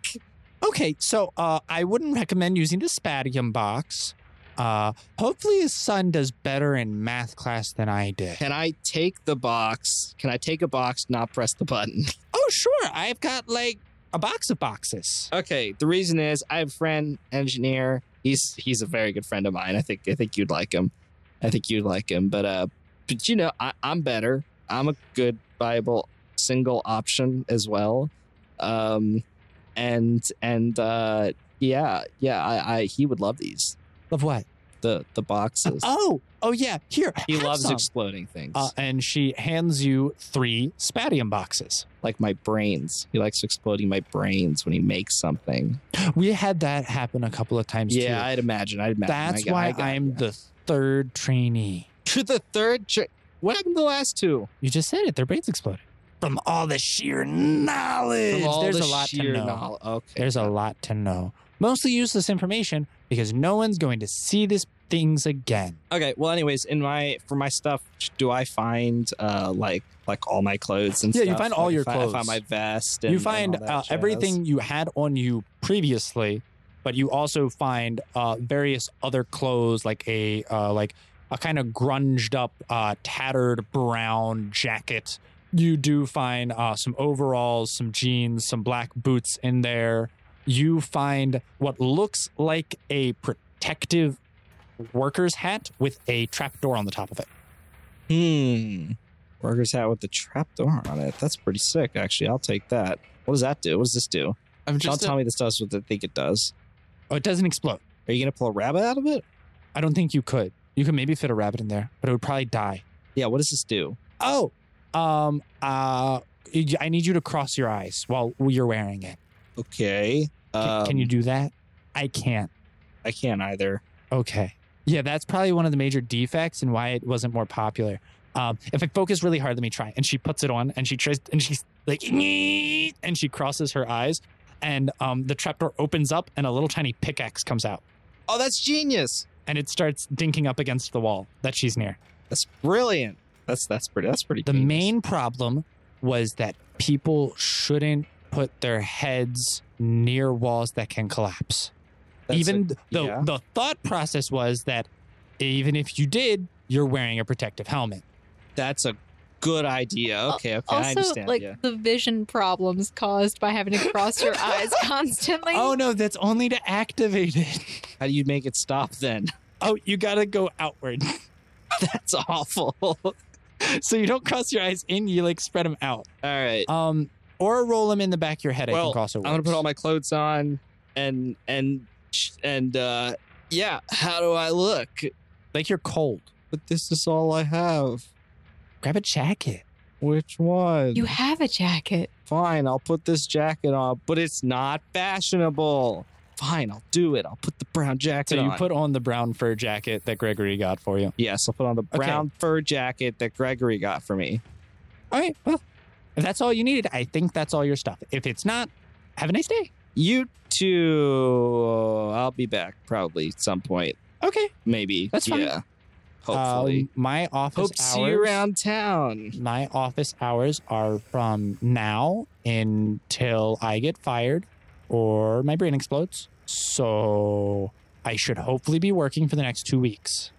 Okay, so uh, I wouldn't recommend using the spatium box. Uh, hopefully, his son does better in math class than I did. Can I take the box? Can I take a box, not press the button? Oh, sure, I've got like a box of boxes. Okay, the reason is I have a friend, engineer. He's he's a very good friend of mine. I think I think you'd like him. I think you'd like him. But uh but you know, I, I'm better. I'm a good viable single option as well. Um and and uh yeah, yeah, I, I he would love these. Of what? The the boxes. Oh, oh yeah, here. he have loves some. exploding things. Uh, and she hands you three spatium boxes. like my brains. He likes exploding my brains when he makes something. We had that happen a couple of times too. Yeah, I'd imagine. I'd imagine. I That's got- why I got- I'm yeah. the third trainee. to the third. Tra- what happened to the last two? You just said it. Their brains exploded from all the sheer knowledge. There's a lot to know. knowledge. Okay. There's a lot to know. Mostly useless information because no one's going to see this things again. Okay. Well, anyways, in my for my stuff, do I find uh like like all my clothes and Yeah, you stuff? find all Like, your if I- I clothes. find my vest. And, you and find all that uh, jazz. everything you had on you previously, but you also find uh, various other clothes like a uh, like a kind of grunged up, uh, tattered brown jacket. You do find uh, some overalls, some jeans, some black boots in there. You find what looks like a protective worker's hat with a trapdoor on the top of it. Hmm. Worker's hat with the trap door on it. That's pretty sick, actually. I'll take that. What does that do? What does this do? I'm Don't just tell me this does what I think it does. Oh, it doesn't explode. Are you gonna pull a rabbit out of it? I don't think you could. You could maybe fit a rabbit in there, but it would probably die. Yeah. What does this do? Oh, um, uh, I need you to cross your eyes while you're wearing it. Okay. Can, um, can you do that? I can't. I can't either. Okay. Yeah, that's probably one of the major defects and why it wasn't more popular. Um, if I focus really hard, let me try. And she puts it on, and she tries, and she's like, and she crosses her eyes, and um, the trapdoor opens up, and a little tiny pickaxe comes out, Oh, that's genius. and it starts dinking up against the wall that she's near. That's brilliant. That's that's pretty. That's pretty. The genius. main problem was that people shouldn't put their heads near walls that can collapse. That's even a- th- the yeah. the thought process was that even if you did, you're wearing a protective helmet. That's a good idea. Uh, Okay, okay, I also, understand. like yeah. the vision problems caused by having to cross your (laughs) eyes constantly. Oh no, that's only to activate it. How do you make it stop then? (laughs) (laughs) Oh, you gotta go (laughs) outward. That's awful. All so you don't cross your eyes in, you like spread them out. right, Um, or roll them in the back of your head. I Well, think also. I'm Works. gonna put all my clothes on and and and uh yeah. How do I look? like you're cold. But this is all I have. Grab a jacket. Which one? You have a jacket. Fine, I'll put this jacket on, but it's not fashionable. Fine, I'll do it. I'll put the brown jacket So you on. put on the brown fur jacket that Gregory got for you. yes, I'll put on the brown fur jacket that Gregory got for me. All right. Well, if that's all you needed, I think that's all your stuff. If it's not, have a nice day. You two, I'll be back probably at some point. Okay. Maybe. That's fine. Yeah. Hopefully. Um, my office Hope to see hours- you around town. My office hours are from now until I get fired or my brain explodes. So I should hopefully be working for the next two weeks.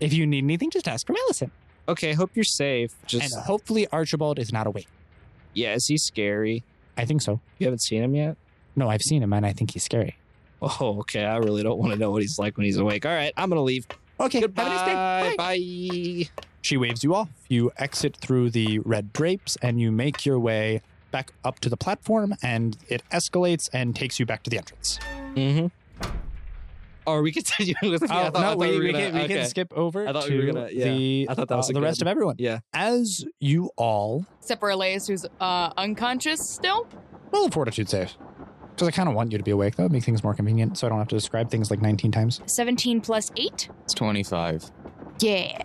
If you need anything, just ask for Millicent. Okay, hope you're safe. Just and hopefully Archibald is not awake. yeah, is he scary? I think so. You haven't seen him yet? No, I've seen him and I think he's scary. Oh, okay. I really don't want to know what he's like when he's awake. All right, I'm gonna leave. Okay, Goodbye. have a nice day. Bye. Bye. She waves you off. You exit through the red drapes and you make your way back up to the platform, and it escalates and takes you back to the (laughs) entrance. Mm-hmm. Or we continue with me. I Oh, thought, I no, thought we, were we gonna- can, we can okay. skip over I thought to we were gonna- yeah, the, I thought that uh, was a the good rest of everyone. Yeah. As you all Except for Elias, who's uh, unconscious still. roll a fortitude save, because I kind of want you to be awake. That would make things more convenient, so I don't have to describe things like 19 times. 17 plus 8? It's 25. Yeah.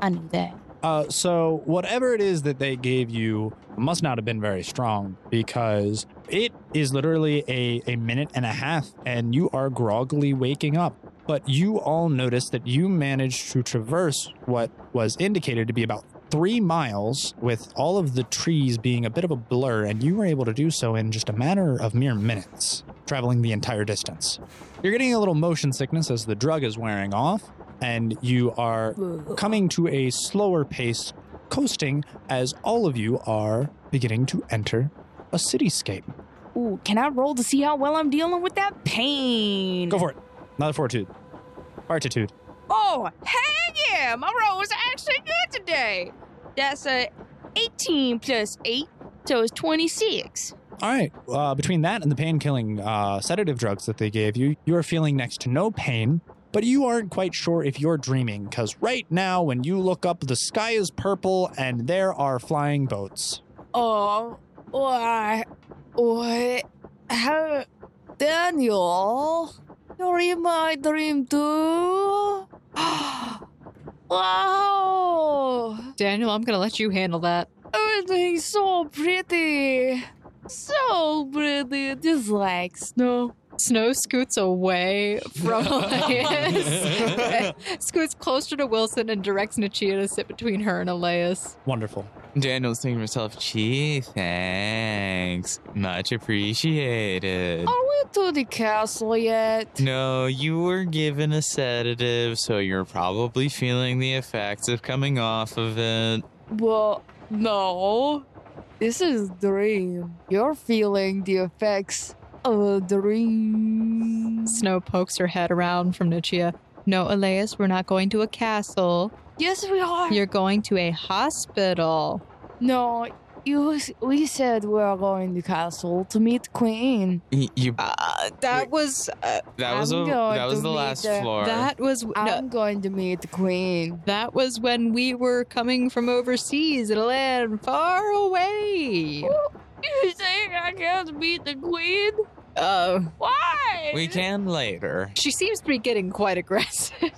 I knew that. Uh, so whatever it is that they gave you must not have been very strong because it is literally a, a minute and a half and you are groggily waking up. But you all notice that you managed to traverse what was indicated to be about three miles with all of the trees being a bit of a blur, and you were able to do so in just a matter of mere minutes, traveling the entire distance. You're getting a little motion sickness as the drug is wearing off, and you are coming to a slower pace, coasting as all of you are beginning to enter a cityscape. Ooh, can I roll to see how well I'm dealing with that pain? Go for it. Another fortitude. Fortitude. Oh, hang yeah! My roll was actually good today. That's a 18 plus 8, so it's 26. All right. Uh, between that and the pain killing uh, sedative drugs that they gave you, you are feeling next to no pain, but you aren't quite sure if you're dreaming because right now, when you look up, the sky is purple and there are flying boats. Oh, why? Why? How? Daniel, you're in my dream too? (gasps) wow! Daniel, I'm gonna let you handle that. Everything's so pretty. So pretty, just like snow. (laughs) Snow scoots away from Elias. scoots closer to Wilson and directs Nichia to sit between her and Elias. Wonderful. Daniel's thinking to himself, gee, thanks. Much appreciated. Are we to the castle yet? No, you were given a sedative, so you're probably feeling the effects of coming off of it. Well, no. This is dream. You're feeling the effects of a dream. Snow pokes her head around from Nichia. No, Elias, we're not going to a castle. Yes, we are. You're going to a hospital. No, you. We said we are going to castle to meet Queen. Y- You, Uh, that Wait. was uh, that was I'm a, going that to was the meet last the- floor. that was Um, no, I'm going to meet the Queen. that was when we were coming from overseas in a land far away. You saying I can't meet the Queen? Uh, Why? (laughs) We can later. she seems to be getting quite aggressive.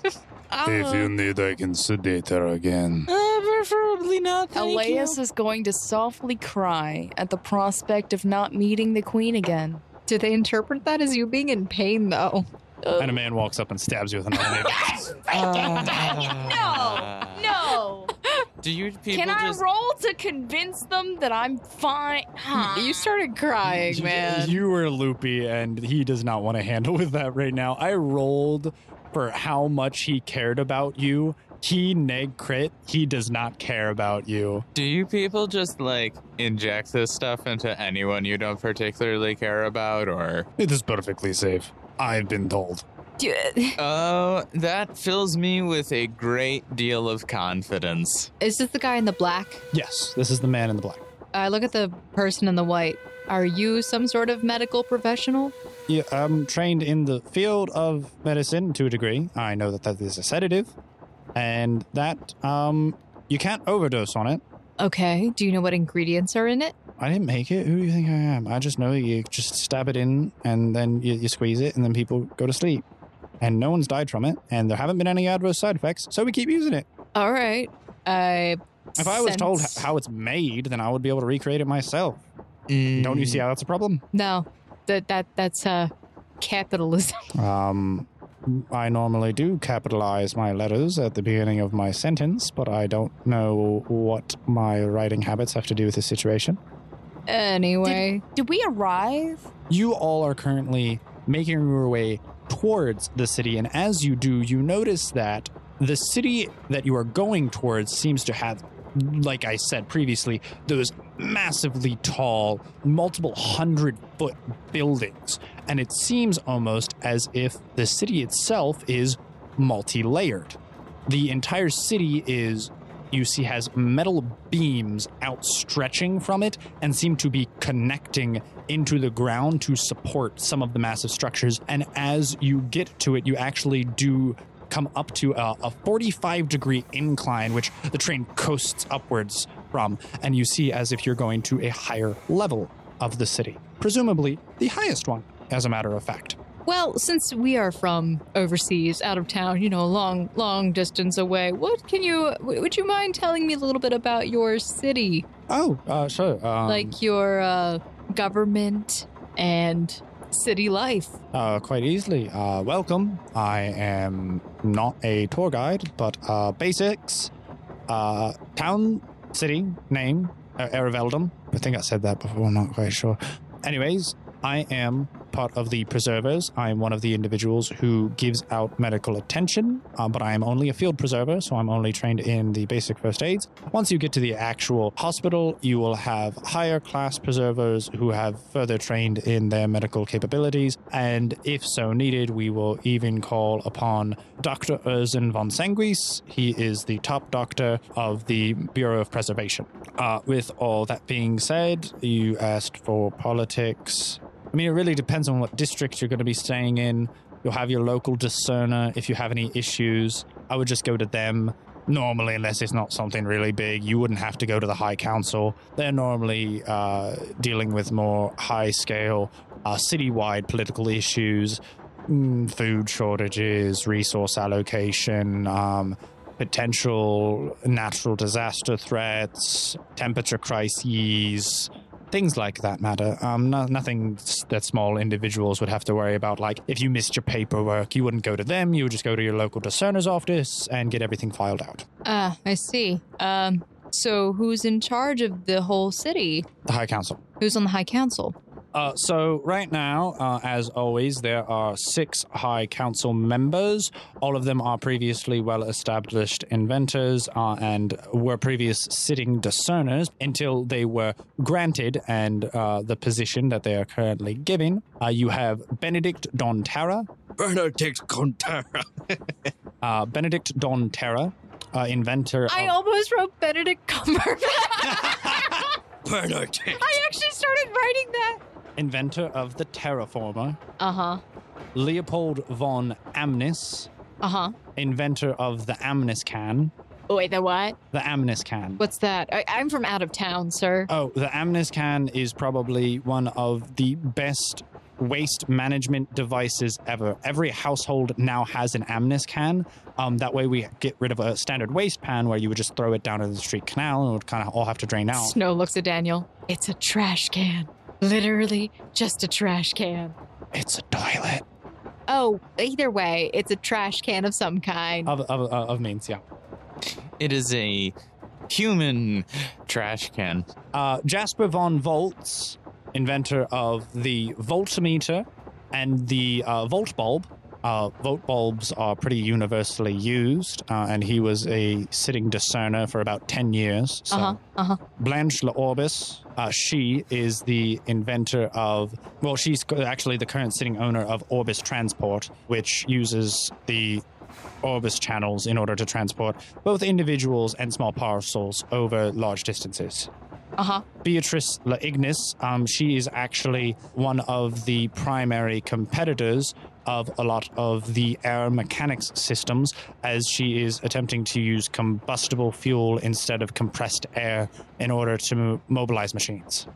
If you need, I can sedate her again. Uh, preferably not. Thank Elias (laughs) is going to softly cry at the prospect of not meeting the queen again. Do they interpret that as you being in pain, though? And a man walks up and stabs you with an knife. no, No! Do you people Can I just? roll to convince them that I'm fine? Huh. You started crying, man. You were loopy, and he does not want to handle (laughs) with that right now. I rolled for how much he cared about you. He neg crit. He does not care about you. do you people just like inject this stuff into anyone you don't particularly care about, or? It is perfectly safe. I've been told. Oh, that fills me with a great deal of confidence. Is this the guy in the black? Yes, this is the man in the black. I look at the person in the white. Are you some sort of medical professional? Yeah, I'm trained in the field of medicine to a degree. I know that that is a sedative, and that um, you can't overdose on it. Okay. Do you know what ingredients are in it? I didn't make it. Who do you think I am? I just know you just stab it in, and then you, you squeeze it, and then people go to sleep, and no one's died from it, and there haven't been any adverse side effects, so we keep using it. All right. I. If I was told h- sense- how it's made, then I would be able to recreate it myself. Don't you see how that's a problem? No, that that that's uh, capitalism. (laughs) Um, I normally do capitalize my letters at the beginning of my sentence, but I don't know what my writing habits have to do with this situation. Anyway, Did Hmm. we arrive? You all are currently making your way towards the city, and as you do, you notice that the city that you are going towards seems to have, like I said previously, those massively tall, multiple hundred foot buildings. And it seems almost as if the city itself is multi layered. The entire city is, you see, has metal beams outstretching from it and seem to be connecting into the ground to support some of the massive structures. And as you get to it, you actually do come up to a, a 45 degree incline, which the train coasts upwards from. And you see as if you're going to a higher level of the city, presumably the highest one, as a matter of fact. well, since we are from overseas, out of town, you know, a long, long distance away, what can you? w- Would you mind telling me a little bit about your city, Oh, uh, sure. Um, like your uh, government and city life? Uh, quite easily. Uh, welcome. I am not a tour guide, but uh, basics. Uh, town, city, name, uh, Ereveldum. I think I said that before, I'm not quite sure. Anyways, I am part of the preservers. I am one of the individuals who gives out medical attention, um, but I am only a field preserver, so I'm only trained in the basic first aids. Once you get to the actual hospital, you will have higher class preservers who have further trained in their medical capabilities, and if so needed, we will even call upon Dr. Erzen von Sanguis. He is the top doctor of the Bureau of Preservation. Uh, with all that being said, you asked for politics. I mean, it really depends on what district you're going to be staying in. You'll have your local discerner if you have any issues. I would just go to them normally, unless it's not something really big. You wouldn't have to go to the High Council. They're normally uh, dealing with more high scale, uh, citywide political issues, mm, food shortages, resource allocation. Um, potential natural disaster threats, temperature crises, things like that matter. Um, no, nothing s- that small individuals would have to worry about. Like if you missed your paperwork, you wouldn't go to them. You would just go to your local discerner's office and get everything filed out. Ah, I see. Um, so who's in charge of the whole city? The High Council. Who's on the High Council? Uh, so right now, uh, as always, there are six High Council members. All of them are previously well-established inventors uh, and were previous sitting discerners until they were granted and uh, the position that they are currently giving. Uh, you have Benedict Dontara, Benedict Contara. (laughs) uh, Benedict Dontara, uh, inventor. I of- almost wrote Benedict Cumberbatch. Benedict. (laughs) I actually started writing that. inventor of the terraformer, Uh huh. Leopold von Amnis, Uh huh. inventor of the Amnis can. Oh, wait, the what? The Amnis can. What's that? I, I'm from out of town, sir. Oh, the Amnis can is probably one of the best waste management devices ever. Every household now has an amnis can. Um, that way, we get rid of a standard waste pan where you would just throw it down into the street canal and it would kind of all have to drain out. Snow looks at Daniel. It's a trash can. Literally just a trash can. It's a toilet Oh, either way, it's a trash can of some kind. of, of, of means, yeah. Mm, It is a human trash can. Uh, Jasper von Volts, inventor of the voltmeter and the uh, volt bulb. Uh, volt bulbs are pretty universally used, uh, and he was a sitting discerner for about 10 years. So, Uh-huh, uh-huh. Blanche L'Orbis, uh, she is the inventor of, well, she's co- actually the current sitting owner of Orbis Transport, which uses the Orbis channels in order to transport both individuals and small parcels over large distances. Uh huh. Beatrice La Ignis. Um, she is actually one of the primary competitors of a lot of the air mechanics systems, as she is attempting to use combustible fuel instead of compressed air in order to mo- mobilize machines.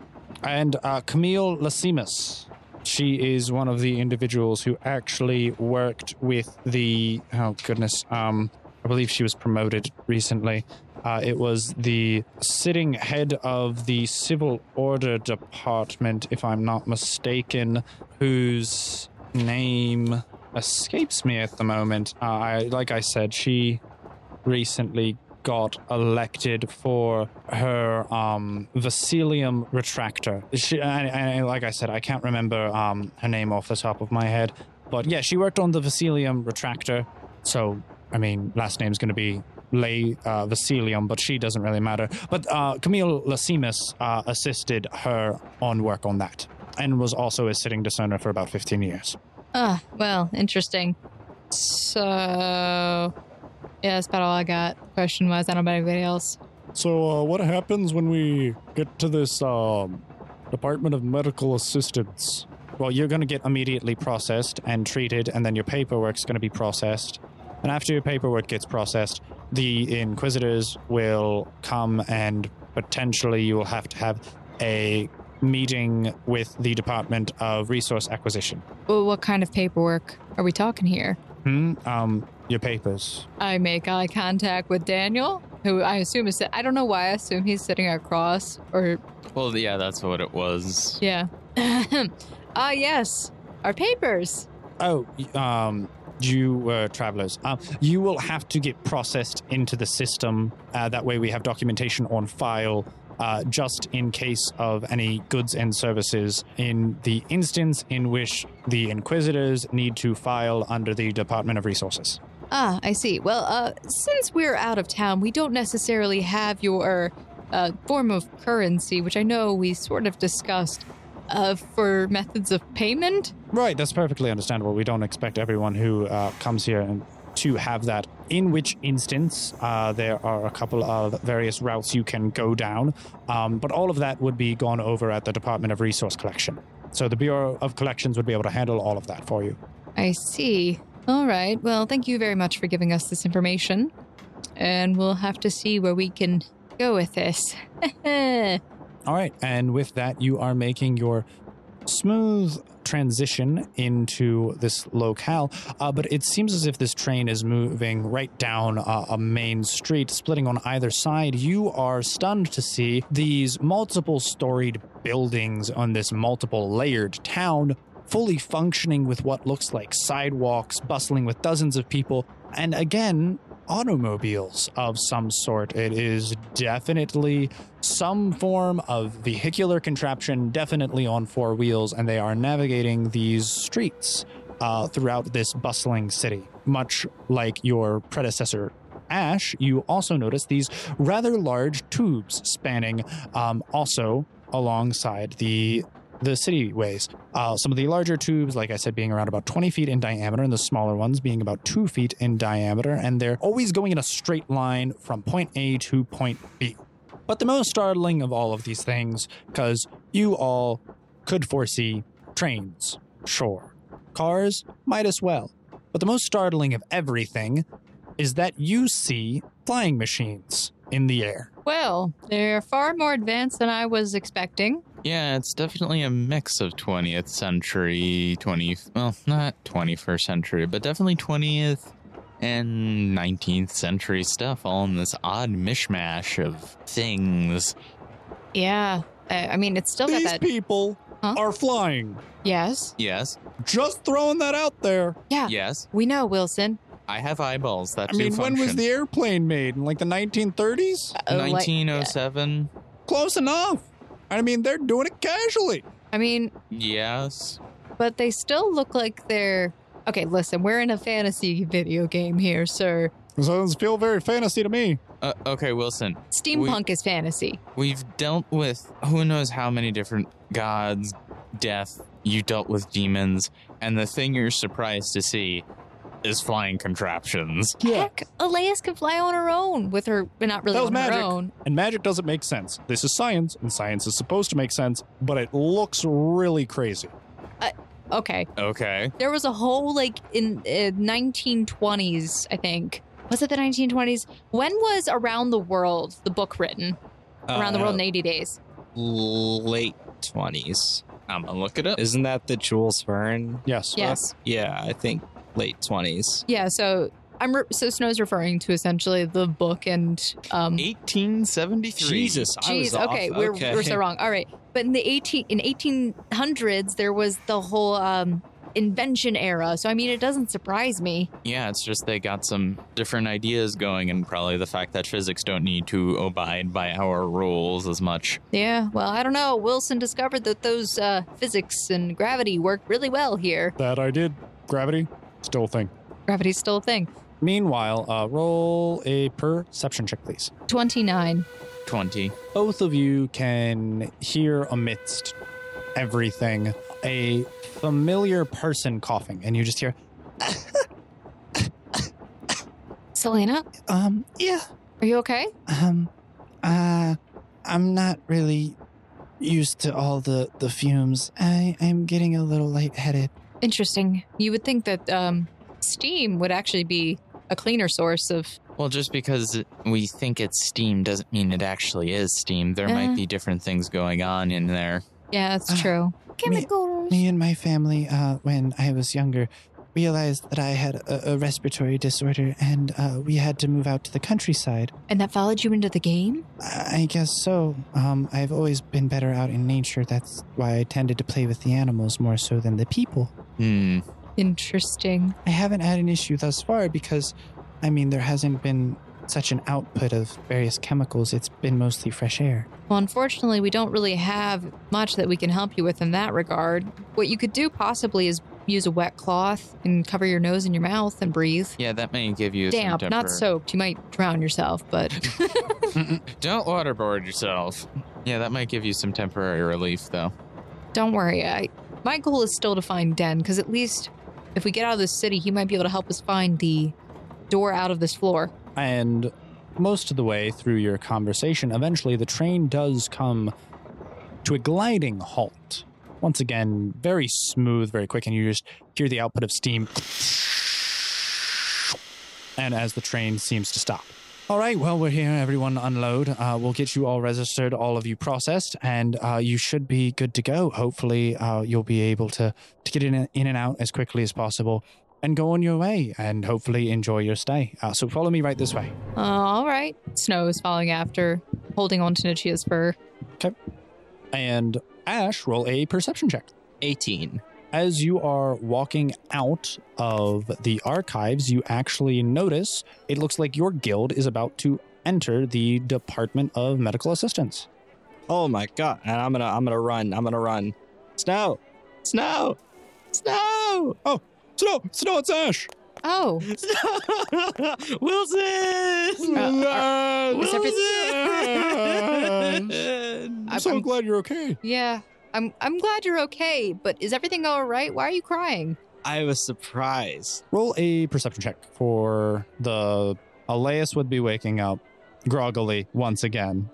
And uh, Camille Lasimus. She is one of the individuals who actually worked with the oh goodness, um, I believe she was promoted recently. Uh, it was the sitting head of the Civil Order Department, if I'm not mistaken, whose name escapes me at the moment. Uh, I, like I said, she recently got elected for her um, Vasilium retractor. She, and, and like I said, I can't remember um, her name off the top of my head. But yeah, she worked on the Vasilium retractor. So, I mean, last name's going to be Lay uh, Vasilium, but she doesn't really matter. But uh, Camille Lasimus uh, assisted her on work on that and was also a sitting discerner for about 15 years. Ah, well, interesting. So, yeah, that's about all I got. Question was, I don't know about anybody else. So, uh, what happens when we get to this um, Department of Medical Assistance? Well, you're going to get immediately processed and treated, and then your paperwork's going to be processed. And after your paperwork gets processed, the inquisitors will come and potentially you will have to have a meeting with the Department of Resource Acquisition. Well, what kind of paperwork are we talking here? Hmm? Um, your papers. I make eye contact with Daniel, who I assume is, I don't know why I assume he's sitting across or, Well, yeah, that's what it was. yeah. (coughs) Ah, yes, our papers. Oh, y- um, you were travelers. Um, you will have to get processed into the system. Uh, that way, we have documentation on file. Uh, just in case of any goods and services, in the instance in which the inquisitors need to file under the Department of Resources. Ah, I see. Well, uh, since we're out of town, we don't necessarily have your uh, form of currency, which I know we sort of discussed uh, for methods of payment. Right, that's perfectly understandable. We don't expect everyone who uh, comes here and to have that. In which instance, uh, there are a couple of various routes you can go down, um, but all of that would be gone over at the Department of Resource Collection. So the Bureau of Collections would be able to handle all of that for you. I see. All right. Well, thank you very much for giving us this information. And we'll have to see where we can go with this. (laughs) All right, and with that, you are making your smooth transition into this locale. Uh, but it seems as if this train is moving right down uh, a main street, splitting on either side. You are stunned to see these multiple storied buildings on this multiple layered town. Fully functioning with what looks like sidewalks, bustling with dozens of people, and again, automobiles of some sort. It is definitely some form of vehicular contraption, definitely on four wheels, and they are navigating these streets uh, throughout this bustling city. Much like your predecessor, Ash, you also notice these rather large tubes spanning um, also alongside the the city ways. Uh, some of the larger tubes, like I said, being around about 20 feet in diameter, and the smaller ones being about two feet in diameter, and they're always going in a straight line from point A to point B. But the most startling of all of these things, because you all could foresee trains, sure. Cars, might as well. But the most startling of everything is that you see flying machines in the air. well, they're far more advanced than I was expecting. Yeah, it's definitely a mix of 20th century, 20, well, not 21st century, but definitely 20th and 19th century stuff, all in this odd mishmash of things. Yeah. Uh, I, I mean, it's still got These that. people Huh? are flying. yes. Yes, Just throwing that out there. Yeah. yes, We know, Wilson. I have eyeballs. That I do mean, when function. was the uh, airplane made? In like the 1930s? Oh, like- 1907? Close enough. I mean, they're doing it casually. I mean, Yes. but they still look like they're. Okay, listen, we're in a fantasy video game here, sir. So it doesn't feel very fantasy to me. Uh, okay, Wilson. Steampunk is fantasy. We've dealt with who knows how many different gods, death, you dealt with demons, and the thing you're surprised to see is flying contraptions. Heck, Elias can fly on her own with her, but not really That was on magic. her own. And magic doesn't make sense. This is science, and science is supposed to make sense, but it looks really crazy. Okay, Okay. there was a whole like in uh, 1920s, I think. Was it the 1920s? When was Around the World the book written? Uh, Around the World in 80 Days. late 20s. I'm gonna look it up. Isn't that the Jules Verne? Yes. Yes. Yeah, I think late 20s. Yeah. So I'm re- so Snow's referring to essentially the book and um. 1873. Jesus, I was Jeez, off. okay, we're (laughs) we're so wrong. All right, but in the eighteen in eighteen hundreds, there was the whole um, invention era. So I mean, it doesn't surprise me. Yeah, it's just they got some different ideas going, and probably the fact that physics don't need to abide by our rules as much. Yeah, well, I don't know. Wilson discovered that those uh, physics and gravity work really well here. That I did. Gravity, still a thing. Gravity's still a thing. Meanwhile, uh, roll a perception check, please. Twenty nine. 20. both of you can hear amidst everything a familiar person coughing and you just hear Selena, um yeah are you okay? um uh i'm not really used to all the the fumes i i'm getting a little lightheaded Interesting. You would think that um, steam would actually be a cleaner source of. Well, just because we think it's steam doesn't mean it actually is steam. There Uh. might be different things going on in there. Yeah, that's Ah. true. Chemicals. me and my family uh when i was younger realized that i had a, a respiratory disorder and uh, we had to move out to the countryside And that followed you into the game. I guess so. Um, I've always been better out in nature. That's why I tended to play with the animals more so than the people. Hmm. Interesting. I haven't had an issue thus far because, I mean, there hasn't been such an output of various chemicals. It's been mostly fresh air. Well, unfortunately, we don't really have much that we can help you with in that regard. What you could do possibly is use a wet cloth and cover your nose and your mouth and breathe. Yeah, that may give you damp, some not temper- soaked. You might drown yourself, but (laughs) Don't waterboard yourself. Yeah, that might give you some temporary relief, though. don't worry. I, my goal is still to find Den because at least if we get out of this city, he might be able to help us find the door out of this floor. And most of the way through your conversation, eventually the train does come to a gliding halt. Once again, very smooth, very quick, and you just hear the output of steam. And as the train seems to stop. All right, well, we're here. Everyone unload. Uh, we'll get you all registered, all of you processed, and uh, you should be good to go. Hopefully, uh, you'll be able to, to get in, in and out as quickly as possible and go on your way and hopefully enjoy your stay. Uh, so follow me right this way. Uh, all right. Snow is following after, holding on to Nichia's fur. And Ash, roll a perception check. 18. As you are walking out of the archives, you actually notice it looks like your guild is about to enter the Department of Medical Assistance. Oh my god. And I'm gonna I'm gonna run. I'm gonna run. Snow! Snow! Snow! Snow, Snow, it's Ash. Oh, Snow! (laughs) Wilson! Uh, Uh, (laughs) is (laughs) Wilson! I'm I'm- so I'm- glad you're okay. yeah. I'm I'm glad you're okay, but is everything all right? Why are you crying? I was surprised. Roll a perception check for the Elias would be waking up groggily once again.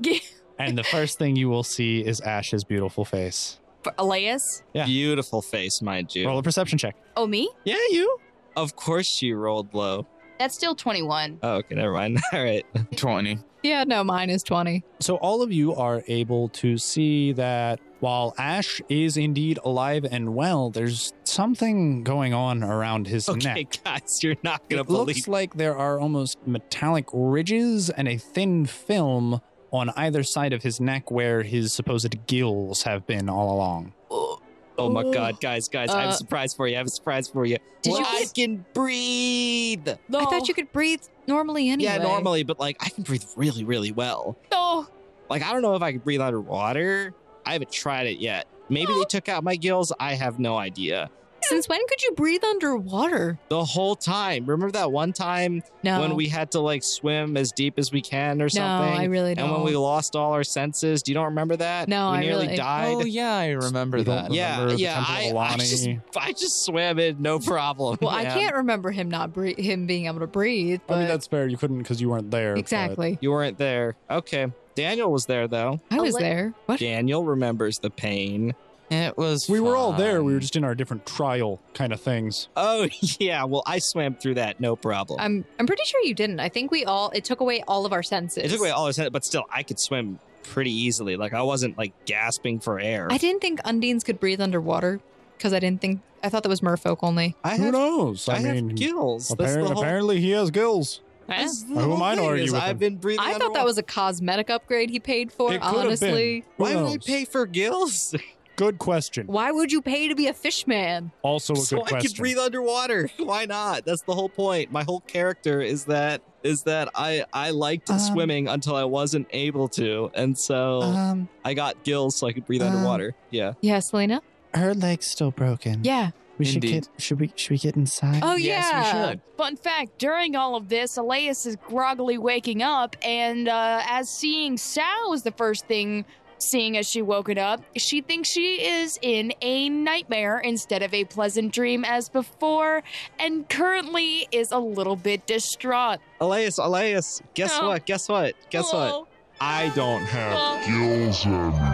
G- And the first thing you will see is Ash's beautiful face. For Elias? Yeah. Beautiful face, mind you. Roll a perception check. Oh, me? yeah, you. Of course she rolled low. That's still 21. Oh, okay, never mind. (laughs) All right. 20. Yeah, no, mine is 20. So all of you are able to see that while Ash is indeed alive and well, there's something going on around his Okay, neck. guys, you're not gonna it believe. looks like there are almost metallic ridges and a thin film on either side of his neck where his supposed gills have been all along. oh my Ugh. god, guys, guys, I have Uh, a surprise for you. I have a surprise for you. Did you I guys- can breathe. I thought you could breathe normally anyway. Oh. Oh. Yeah, normally, but like I can breathe really, really well. No. Like I don't know if I can breathe underwater. I haven't tried it yet. Maybe Oh. they took out my gills. I have no idea. Since when could you breathe underwater? The whole time. Remember that one time No. when we had to like swim as deep as we can or no, something? I really don't. and when we lost all our senses, do you don't remember that? No, we I nearly really- died. Oh, yeah, I remember You don't that. remember yeah, the yeah. Temple of I, I just, Alani. I just swam in, no problem. well, I man. can't remember him not bre- him being able to breathe. But I mean, that's fair. You couldn't because you weren't there. but- exactly. You weren't there. Okay, Daniel was there though. I was Ale- there. What? Daniel remembers the pain. It was. We were all there. We were fun. just in our different trial kind of things. Oh (laughs) yeah, well I swam through that, no problem. I'm I'm pretty sure you didn't. I think we all it took away all of our senses. It took away all his head, but still, I could swim pretty easily. Like I wasn't like gasping for air. I didn't think Undines could breathe underwater because I didn't think I thought that was Merfolk only. I Who have, knows? I, I mean, have gills. That's appar- the whole, apparently he has gills. that's the Who whole am I to thing argue is with I've him? been breathing. I thought that was a cosmetic upgrade he paid for. It could have honestly, Who Why would I knows? pay for gills? Good question. why would you pay to be a fish man? Also a Oh, (laughs) so good I could question. breathe underwater. (laughs) Why not? That's the whole point. My whole character is that is that I I liked Um, swimming until I wasn't able to, and so Um, I got gills so I could breathe um, underwater. Yeah. Yes, Lena. her leg's still broken. Yeah. we Indeed. should get. Should we? Should we get inside? Oh, Yes, we yeah. should. Fun fact during all of this, Elias is groggily waking up, and uh, as seeing Sal is the first thing seeing as she woken up, she thinks she is in a nightmare instead of a pleasant dream as before, and currently is a little bit distraught. Elias, Elias, guess No. what? Guess what? Guess what? Hello. I don't (laughs) Oh, have. Hello.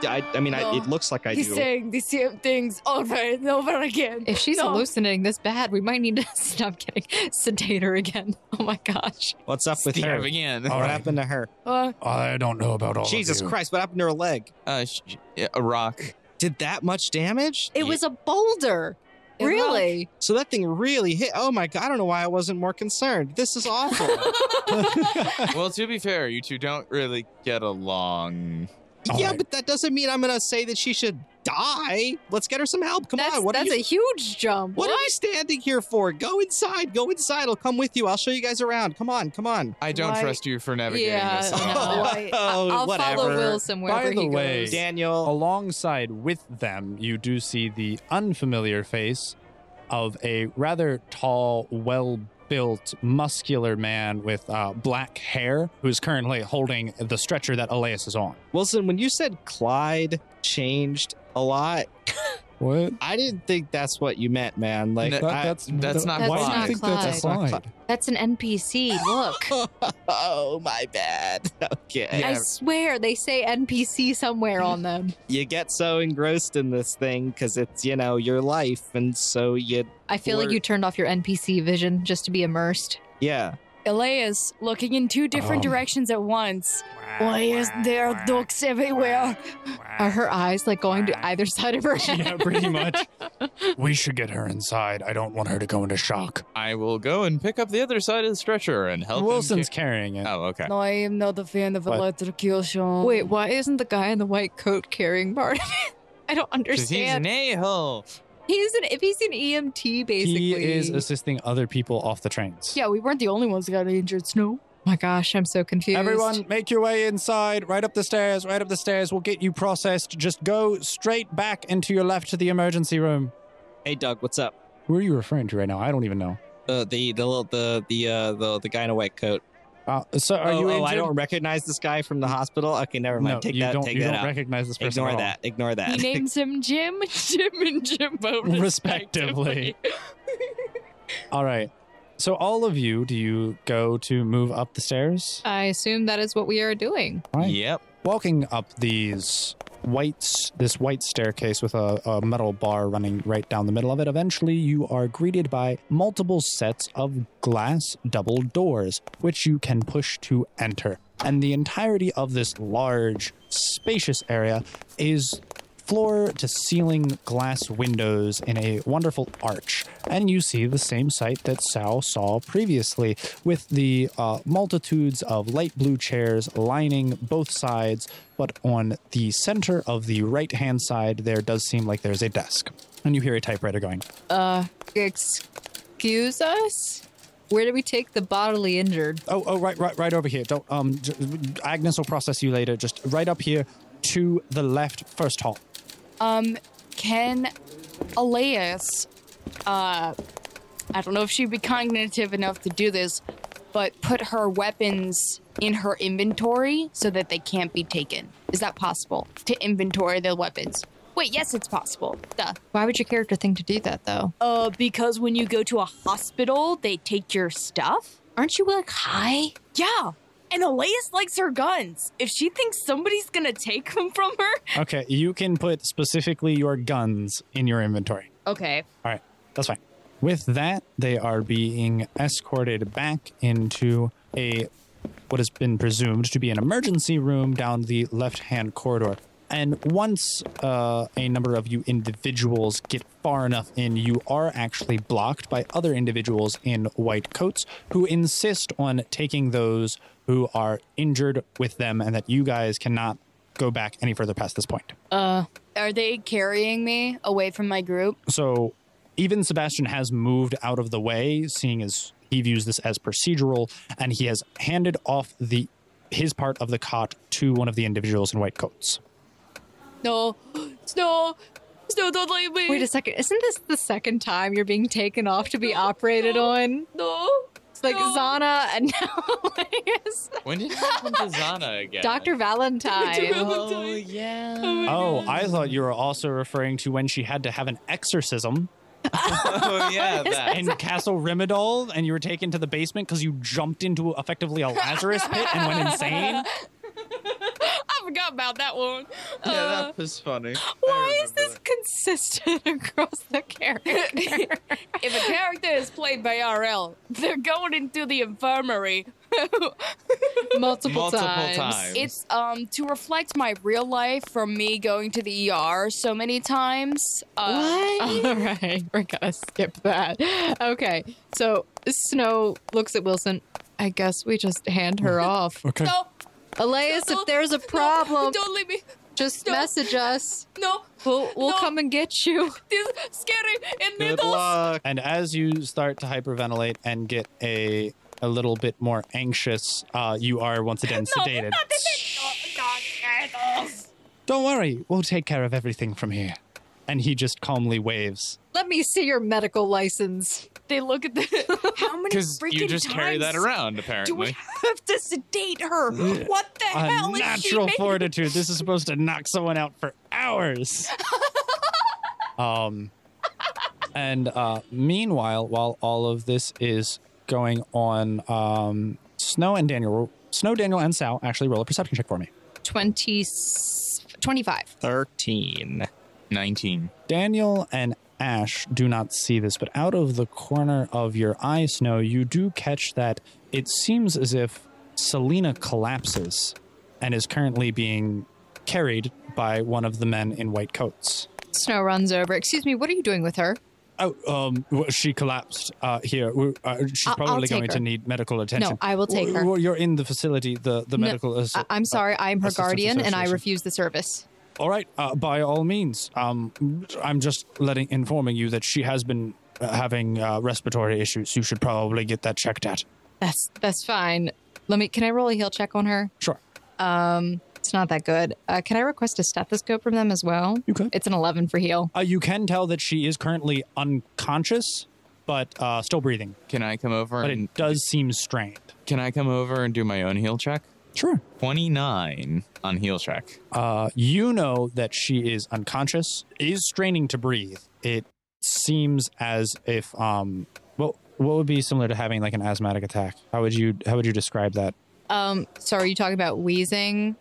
I, I mean, I, No. it looks like I He's do. saying the same things over and over again. If she's No. hallucinating this bad, we might need to (laughs) stop getting sedate her again. (laughs) Oh my gosh. What's up with her? Stab again. All what right. happened to her? Uh, I don't know about all Jesus of you. Christ! What happened to her leg? Uh, sh- yeah, a rock. (laughs) Did that much damage? It was a boulder. It Really? So that thing really hit. Oh my god! I don't know why I wasn't more concerned. This is (laughs) awful. well, to be fair, you two don't really get along. All yeah, right. but that doesn't mean I'm gonna say that she should die. Let's get her some help. Come that's on. What are that's you? a huge jump. what are you standing here for? Go inside. Go inside. I'll come with you. I'll show you guys around. Come on. Come on. I don't Why- trust you for navigating Yeah, this. no. at Why- (laughs) oh, I'll whatever. follow Will somewhere By where the he way- goes. Daniel. Alongside with them, you do see the unfamiliar face of a rather tall, well built, muscular man with uh, black hair who is currently holding the stretcher that Elias is on. Wilson, when you said Clyde changed a lot, What? I didn't think that's what you meant, man. Like No, That- I- that's that's not Why do Clyde. you think that's That's not Clyde? Clyde. That's an NPC. Look. (laughs) oh my bad. (laughs) Okay. I swear they say NPC somewhere on them. you get so engrossed in this thing because it's you know your life, and so you I feel like Or- you turned off your NPC vision just to be immersed. yeah. Elias looking in two different Oh. directions at once. Why is there dogs everywhere? Are her eyes like going to either side of her (laughs) (laughs) head? yeah, pretty much. we should get her inside. I don't want her to go into shock. (laughs) I will go and pick up the other side of the stretcher and help. him Wilson's kick- carrying it. Oh, okay. No, I am not a fan of What? electrocution. Wait, why isn't the guy in the white coat carrying part (laughs) of it? I don't 'Cause he's an understand. a hole. He's an, if he's an EMT, basically. He is assisting other people off the trains. Yeah, we weren't the only ones that got injured, Snow. my gosh, I'm so confused. Everyone, make your way inside, right up the stairs, right up the stairs. We'll get you processed. Just go straight back and to your left to the emergency room. Hey Doug, what's up? Who are you referring to right now? I don't even know. Uh, the the little- the the uh, the the guy in a white coat. Uh, so are oh, you? oh, injured? I don't recognize this guy from the hospital. Okay, never mind. No, take you that. don't. take you that don't out. recognize this person. Ignore at all. that. Ignore He that. names him Jim, (laughs) Jim, and (laughs) Jimbo, Respectively. All right. So all of you, do you go to move up the stairs? I assume that is what we are doing. Right. Yep. Walking up these white this white staircase with a, a metal bar running right down the middle of it. Eventually, you are greeted by multiple sets of glass double doors, which you can push to enter. And the entirety of this large, spacious area is floor to ceiling glass windows in a wonderful arch. And you see the same sight that Sal saw previously, with the uh, multitudes of light blue chairs lining both sides. But on the center of the right hand side, there does seem like there's a desk. And you hear a typewriter going. Uh, excuse us? Where do we take the bodily injured? Oh, oh, right, right, right over here. Don't. Um, j- Agnes will process you later. Just right up here to the left, first hall. Um, can Elias, uh, I don't know if she'd be cognitive enough to do this, but put her weapons in her inventory so that they can't be taken. Is that possible to inventory the weapons? Wait, yes, it's possible. Duh. Why would your character think to do that, though? Uh, because when you go to a hospital, they take your stuff? Aren't you like high? Yeah. And Elias likes her guns. If she thinks somebody's gonna take them from her, Okay, you can put specifically your guns in your inventory. okay. That's fine. With that, they are being escorted back into a what has been presumed to be an emergency room down the left-hand corridor. And once uh, a number of you individuals get far enough in, you are actually blocked by other individuals in white coats who insist on taking those who are injured with them, and that you guys cannot go back any further past this point. Uh, are they carrying me away from my group? (laughs) So even Sebastian has moved out of the way, seeing as he views this as procedural, and he has handed off the his part of the cot to one of the individuals in white coats. (gasps) No, no, no, don't leave me. Wait a second. Isn't this the second time you're being taken off to be operated on? no. It's like No. Zana and (laughs) now Elias. When did it happen to Zana again? Dr. (laughs) Valentine. Oh yeah. Oh, I thought you were also referring to when she had to have an exorcism Oh yeah, that. in (laughs) Castle Rimadol, and you were taken to the basement because you jumped into effectively a Lazarus pit and went (laughs) insane. I forgot about that one. Yeah, Uh, that was funny. Why is this consistent across the character? if a character is played by RL, they're going into the infirmary. Multiple, Multiple times. times. It's um to reflect my real life from me going to the ER so many times. Uh, (laughs) All right, we're gonna skip that. Okay, so Snow looks at Wilson. I guess we just hand her off. Okay. No, Elias, no, if there's a no, (laughs) problem, don't leave me. just no. message us. No, We'll we'll No. come and get you. this scary (laughs) and Good needles. luck. And as you start to hyperventilate and get a a little bit more anxious, uh, you are once again sedated. (laughs) Don't worry, we'll take care of everything from here. And he just calmly waves. Let me see your medical license. they look at the how many Because you just carry that around, apparently. have to sedate her? What the A natural fortitude. This is supposed to knock someone out for hours. um, and uh, meanwhile, while all of this is going on, um, Snow and Daniel, Snow, Daniel, and Sal actually roll a perception check for me. 20, 25. 13. Nineteen. Daniel and Ash do not see this, but out of the corner of your eye, Snow, you do catch that it seems as if Selena collapses and is currently being carried by one of the men in white coats. Snow runs over. Excuse me, what are you doing with her? Oh, um, well, she collapsed uh, here. We- Uh, she's I'll- I'll probably take going her. to need medical attention. No, I will take her. Well, you're in the facility, the, the No, medical. asso- I- I'm sorry, I'm her Assistance guardian and I Association. refuse the service. All right, uh, by all means. Um, I'm just letting informing you that she has been uh, having uh, respiratory issues. You should probably get that checked out. That's that's fine. Let me can I roll a heel check on her? Sure. Um it's not that good. Uh, can I request a stethoscope from them as well? You could. It's an 11 for heel. Uh, you can tell that she is currently unconscious, but uh, still breathing. Can I come over But and it does seem strained. can I come over and do my own heel check? Sure. Twenty nine on heel check. Uh, you know that she is unconscious, is straining to breathe. It seems as if um, well, what would be similar to having like an asthmatic attack? How would you how would you describe that? Um so are you talking about wheezing?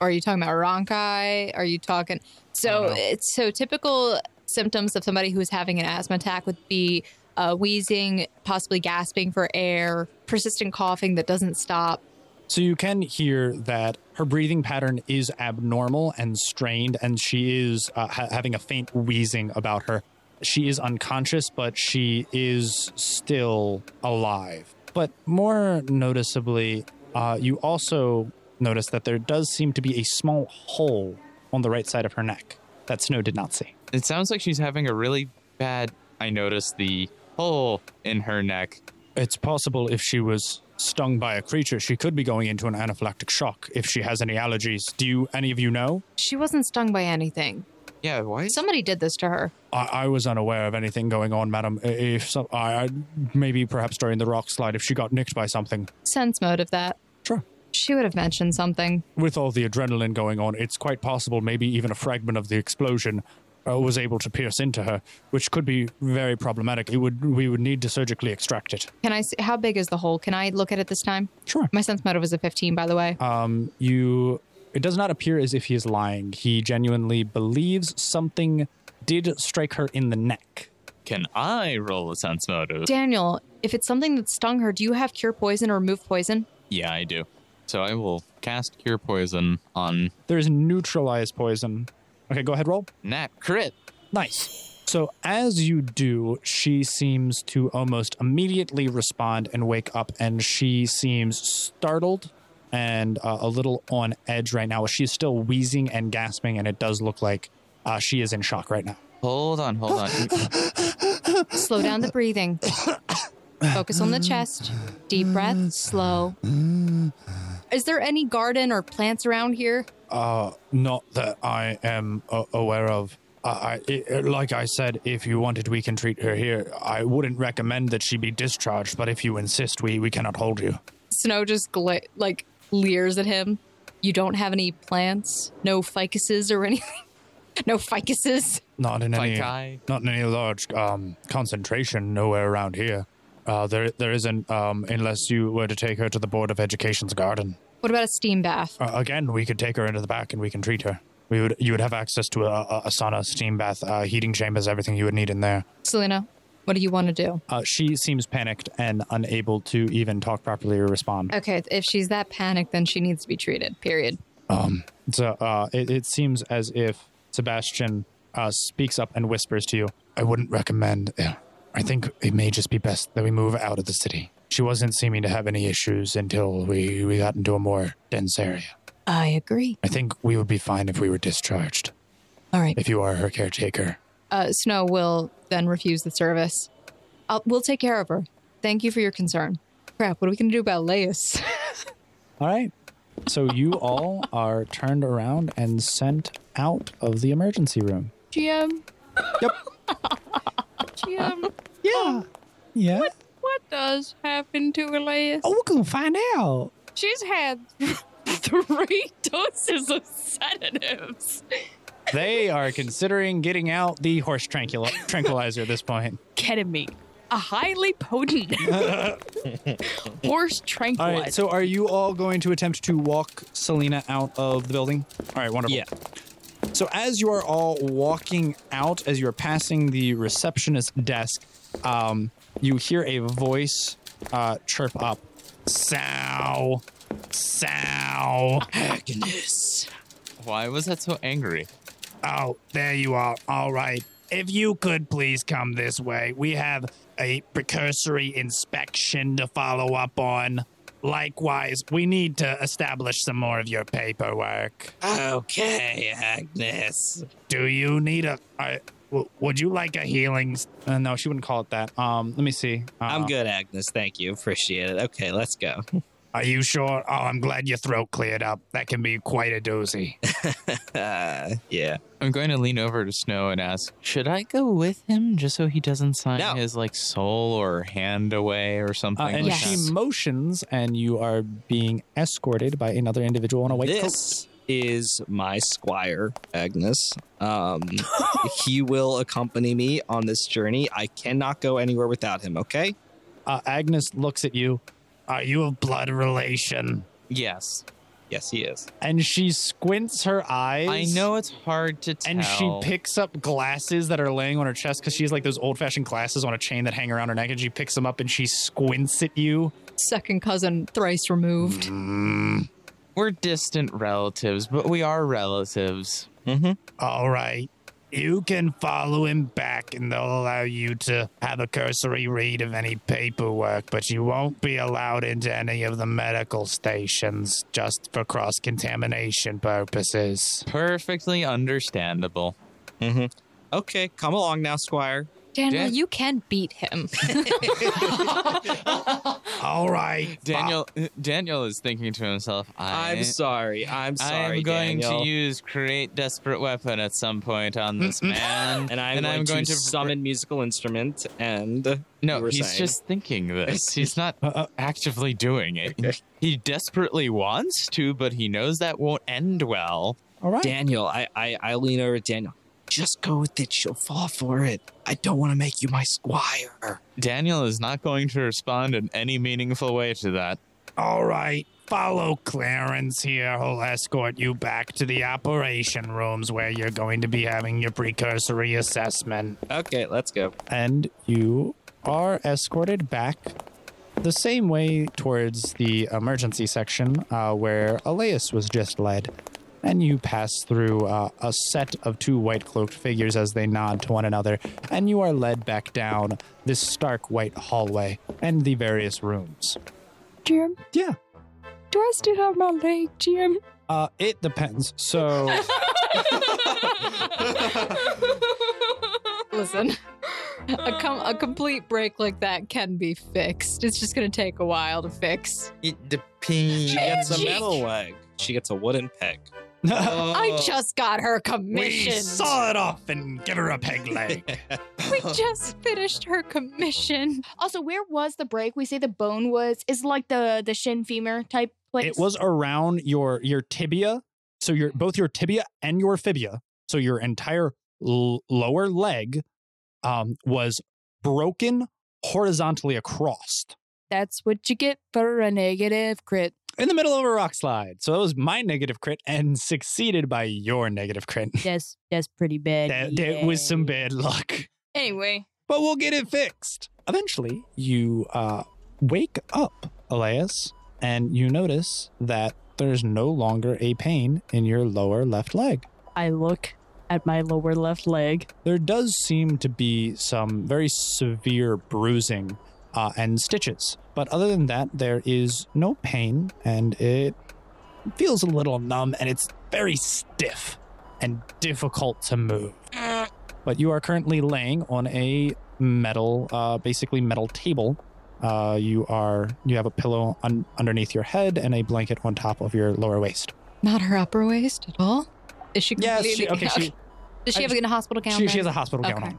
Are you talking about ronchi? Are you talking? So it's so typical symptoms of somebody who's having an asthma attack would be uh, wheezing, possibly gasping for air, persistent coughing that doesn't stop. So you can hear that her breathing pattern is abnormal and strained, and she is uh, ha- having a faint wheezing about her. She is unconscious, but she is still alive. But more noticeably, uh, you also notice that there does seem to be a small hole on the right side of her neck that Snow did not see. It sounds like she's having a really bad. I noticed the hole in her neck. It's possible if she was stung by a creature, she could be going into an anaphylactic shock if she has any allergies. Do you, any of you know? She wasn't stung by anything. Yeah, why? is- Somebody did this to her. I, I was unaware of anything going on, madam. I- If so, I, I maybe perhaps during the rock slide, if she got nicked by something. Sense mode of that. Sure. She would have mentioned something. With all the adrenaline going on, it's quite possible maybe even a fragment of the explosion uh, was able to pierce into her, which could be very problematic. It would we would need to surgically extract it. Can I see how big is the hole? Can I look at it this time? Sure. My sense motive was a 15, by the way. Um, you. It does not appear as if he is lying. He genuinely believes something did strike her in the neck. Can I roll a sense motive? Daniel, if it's something that stung her, do you have cure poison or remove poison? Yeah, I do. So I will cast Cure Poison on There is neutralized poison. Okay, go ahead, roll. Nat Crit. Nice. So as you do, she seems to almost immediately respond and wake up, and she seems startled and uh, a little on edge right now. She's still wheezing and gasping, and it does look like uh, she is in shock right now. Hold on, hold on. Slow down the breathing. Focus on the chest. Deep breath, slow. Is there any garden or plants around here? Uh, not that I am a- aware of. Uh, I, it, like I said, if you wanted, we can treat her here. I wouldn't recommend that she be discharged, but if you insist, we, we cannot hold you. Snow just gla- like leers at him. You don't have any plants? No ficuses or anything? (laughs) No ficuses? Not in any, Fikai. not in any large um, concentration. Nowhere around here. Uh, there, there isn't. Um, unless you were to take her to the board of education's garden. What about a steam bath? Uh, again, we could take her into the back and we can treat her. We would, you would have access to a, a, a sauna, steam bath, uh, heating chambers, everything you would need in there. Selena, what do you want to do? Uh, she seems panicked and unable to even talk properly or respond. Okay, if she's that panicked, then she needs to be treated, period. So uh, it, it seems as if Sebastian uh, speaks up and whispers to you. I wouldn't recommend. yeah. I think it may just be best that we move out of the city. She wasn't seeming to have any issues until we, we got into a more dense area. I agree. I think we would be fine if we were discharged. All right. If you are her caretaker, Uh, Snow will then refuse the service. I'll, we'll take care of her. Thank you for your concern. Crap, what are we going to do about Laius? All right. So you all are turned around and sent out of the emergency room. GM, Yep. GM, Yeah. Yeah. what does happen to Elias? Oh, we're going to find out. She's had (laughs) three doses of sedatives. They are considering getting out the horse tranquil- tranquilizer at this point. Ketamine, a highly potent (laughs) horse All tranquilizer. right. So are you all going to attempt to walk Selena out of the building? All right. Wonderful. Yeah. So as you are all walking out, as you're passing the receptionist desk, um, you hear a voice uh, chirp up. Sow. Sow. Agnes. Why was that so angry? Oh, there you are. All right. If you could please come this way, we have a precursory inspection to follow up on. Likewise, we need to establish some more of your paperwork. Okay, Agnes. Do you need a? I, w- would you like a healing? s- Uh, no, she wouldn't call it that. Um, let me see. Uh, I'm good, Agnes. Thank you. Appreciate it. Okay, let's go. (laughs) Are you sure? Oh, I'm glad your throat cleared up. That can be quite a doozy. Uh, yeah. I'm going to lean over to Snow and ask, should I go with him just so he doesn't sign No. his like soul or hand away or something Uh, and like Yes. she that? motions, and you are being escorted by another individual in a white coat. this is my squire, Agnes. (laughs) Um, he will accompany me on this journey. I cannot go anywhere without him, okay? Uh, Agnes looks at you. Are you of blood relation? Yes. Yes, he is. and she squints her eyes. I know it's hard to tell. And she picks up glasses that are laying on her chest because she has like those old fashioned glasses on a chain that hang around her neck, and she picks them up and she squints at you. (laughs) Second cousin, thrice removed. Mm-hmm. We're distant relatives, but we are relatives. All right, you can follow him back, and they'll allow you to have a cursory read of any paperwork, but you won't be allowed into any of the medical stations just for cross contamination purposes. Perfectly understandable. Okay, come along now, Squire. Daniel, Dan- you can beat him. All right, Daniel Daniel is thinking to himself, I, I'm sorry. I'm sorry. I'm going Daniel. to use create desperate weapon at some point on this man, and I'm, going, to, summon musical instrument and you No, were he's saying. just thinking this. He's not uh, actively doing it. he desperately wants to, but he knows that won't end well. All right. Daniel. I, I I lean over to Daniel. Just go with it. She'll fall for it. I don't want to make you my squire. Daniel is not going to respond in any meaningful way to that. All right, follow Clarence here. He'll escort you back to the operation rooms where you're going to be having your precursory assessment. Okay, let's go. And you are escorted back the same way towards the emergency section uh, where Elias was just led. And you pass through uh, a set of two white cloaked figures as they nod to one another, and you are led back down this stark white hallway and the various rooms. Jim? Yeah. Do I still have my leg, Jim? Uh, it depends. So, (laughs) Listen, a, com- a complete break like that can be fixed. It's just going to take a while to fix. It depends. She gets a metal leg. She gets a wooden (laughs) peg. I Oh, just got her Uh, we commission. saw it off and give her a peg (laughs) leg. (laughs) We just finished her commission. Also, where was the break? We say the bone was is like the the shin femur type place. it was around your your tibia, so your both your tibia and your fibia, so your entire l- lower leg um, was broken horizontally across That's what you get for a negative crit. in the middle of a rock slide. So that was my negative crit and succeeded by your negative crit. That's that's pretty bad. That, that was some bad luck. Anyway, but we'll get it fixed. Eventually, you uh, wake up, Elias, and you notice that there's no longer a pain in your lower left leg. I look at my lower left leg. There does seem to be some very severe bruising uh, and stitches, but other than that, there is no pain, and it feels a little numb, and it's very stiff and difficult to move. But you are currently laying on a metal, uh, basically metal table. Uh, you are you have a pillow un- underneath your head and a blanket on top of your lower waist. Not her upper waist at all. Is she Yes, completely she- okay, she- (laughs) Does she I have a hospital gown? She, then? she has a hospital gown Okay. on.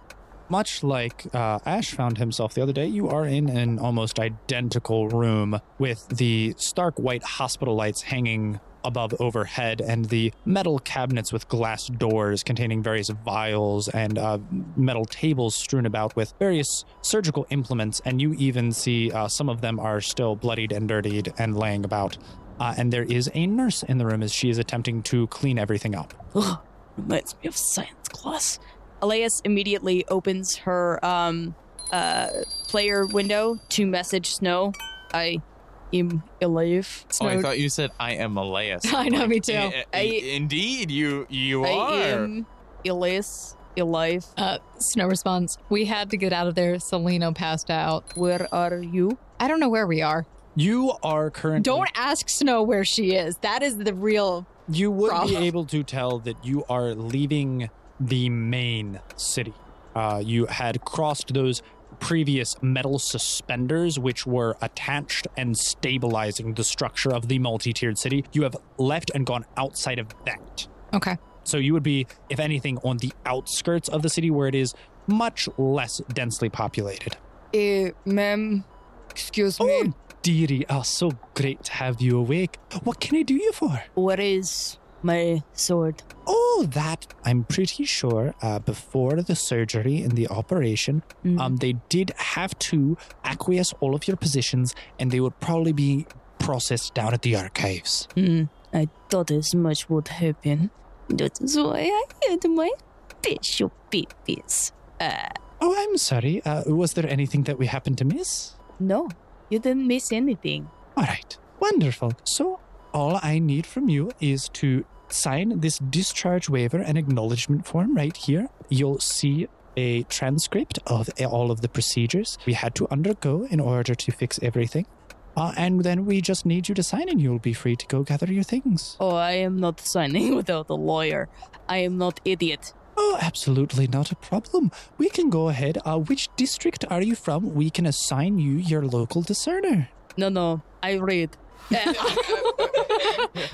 Much like uh, Ash found himself the other day, you are in an almost identical room with the stark white hospital lights hanging above overhead and the metal cabinets with glass doors containing various vials and uh, metal tables strewn about with various surgical implements. And you even see uh, some of them are still bloodied and dirtied and laying about. Uh, and there is a nurse in the room as she is attempting to clean everything up. Ugh, reminds me of science class. Elias immediately opens her um uh player window to message Snow. I am alive. Oh, I Snow. thought you said I am Elias. (laughs) I know, me too. I- I- I- eh, indeed, you you I are. am Elias alive. Uh, Snow responds, We had to get out of there. Salino passed out. Where are you? I don't know where we are. You are currently. Don't ask Snow where she is. That is the real. You would problem. be able to tell that you are leaving the main city. Uh, you had crossed those previous metal suspenders, which were attached and stabilizing the structure of the multi tiered city. You have left and gone outside of that. Okay. So you would be, if anything, on the outskirts of the city where it is much less densely populated. Eh, ma'am. Excuse me. Oh, dearie, oh, so great to have you awake. What can I do you for? Where is my sword? Oh, that I'm pretty sure. Uh, before the surgery and the operation, Mm. um, they did have to acquiesce all of your positions, and they would probably be processed down at the archives. Mm. Mm-hmm. I thought as much would happen. That is why I had my special babies. Uh, Oh, I'm sorry. Uh, was there anything that we happened to miss? No, you didn't miss anything. All right. Wonderful. So, all I need from you is to sign this discharge waiver and acknowledgement form right here. You'll see a transcript of all of the procedures we had to undergo in order to fix everything. Uh, and then we just need you to sign, and you'll be free to go gather your things. oh, I am not signing (laughs) without a lawyer. I am not idiot. Oh, absolutely not a problem. We can go ahead. Uh, which district are you from? We can assign you your local discerner. No, no, I read.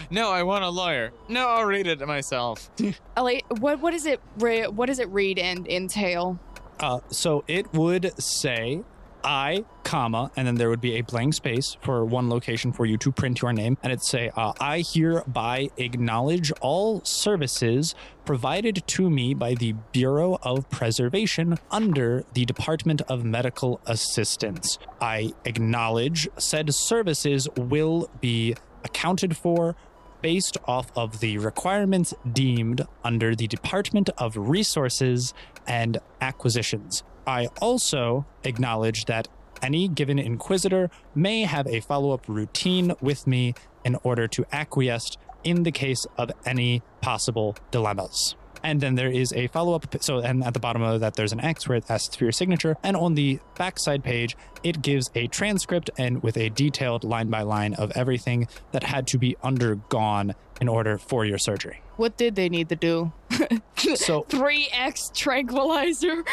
No, I want a lawyer. No, I'll read it myself. Ellie, what what is it? Re- what does it read and entail? Uh, so it would say I, comma, and then there would be a blank space for one location for you to print your name, and it'd say uh, I hereby acknowledge all services provided to me by the Bureau of Preservation under the Department of Medical Assistance. I acknowledge said services will be accounted for based off of the requirements deemed under the Department of Resources and Acquisitions. I also acknowledge that any given inquisitor may have a follow up routine with me in order to acquiesce in the case of any possible dilemmas. And then there is a follow up. So, and at the bottom of that, there's an X where it asks for your signature. And on the backside page, it gives a transcript and with a detailed line by line of everything that had to be undergone in order for your surgery. What did they need to do? So, Three X tranquilizer.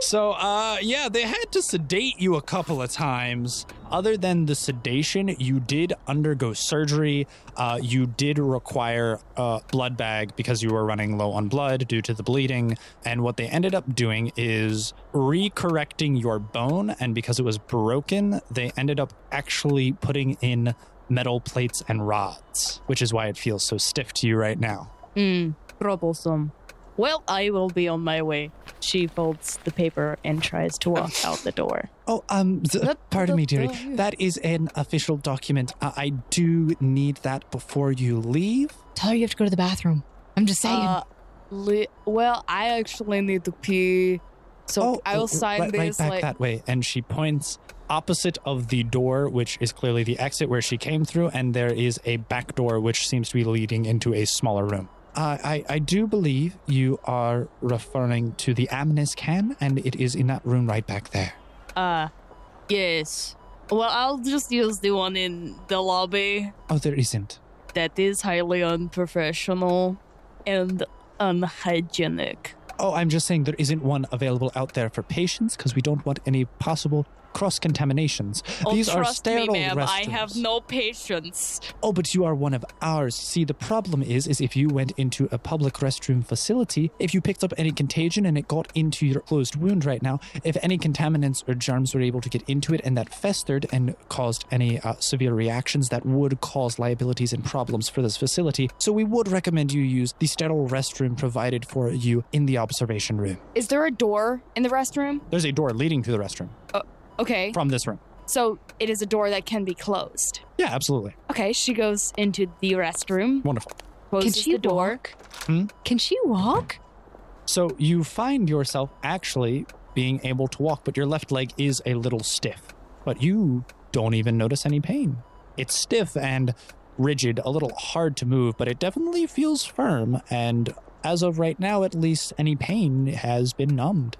So, uh, yeah, they had to sedate you a couple of times. Other than the sedation, you did undergo surgery. Uh, you did require a blood bag because you were running low on blood due to the bleeding. And what they ended up doing is re-correcting your bone. And because it was broken, they ended up actually putting in metal plates and rods, which is why it feels so stiff to you right now. Mm, troublesome. Well, I will be on my way. She folds the paper and tries to walk out the (laughs) door. Oh, um, th- Let pardon me, the dearie. door- That is an official document. Uh, I do need that before you leave. Tell her you have to go to the bathroom. I'm just saying. Uh, li- well, I actually need to pee, so oh, I'll r- sign right, this. right back like, that way. And she points opposite of the door, which is clearly the exit where she came through, and there is a back door which seems to be leading into a smaller room. Uh, I, I do believe you are referring to the Amnes can, and it is in that room right back there. Uh, yes. Well, I'll just use the one in the lobby. Oh, there isn't. That is highly unprofessional and unhygienic. Oh, I'm just saying there isn't one available out there for patients because we don't want any possible cross contaminations. Oh, These are trust me, sterile ma'am. I have restrooms. no patience. Oh, but you are one of ours. See, the problem is, is if you went into a public restroom facility, if you picked up any contagion and it got into your closed wound right now, if any contaminants or germs were able to get into it and that festered and caused any uh, severe reactions, that would cause liabilities and problems for this facility. So we would recommend you use the sterile restroom provided for you in the observation room. Is there a door in the restroom? there's a door leading to the restroom Okay, from this room. so it is a door that can be closed. Yeah, absolutely. okay, she goes into the restroom. Wonderful. Can Closes she the door. walk? Hmm? Can she walk? So you find yourself actually being able to walk, but your left leg is a little stiff. But you don't even notice any pain. It's stiff and rigid, a little hard to move, but it definitely feels firm. And as of right now, at least, any pain has been numbed.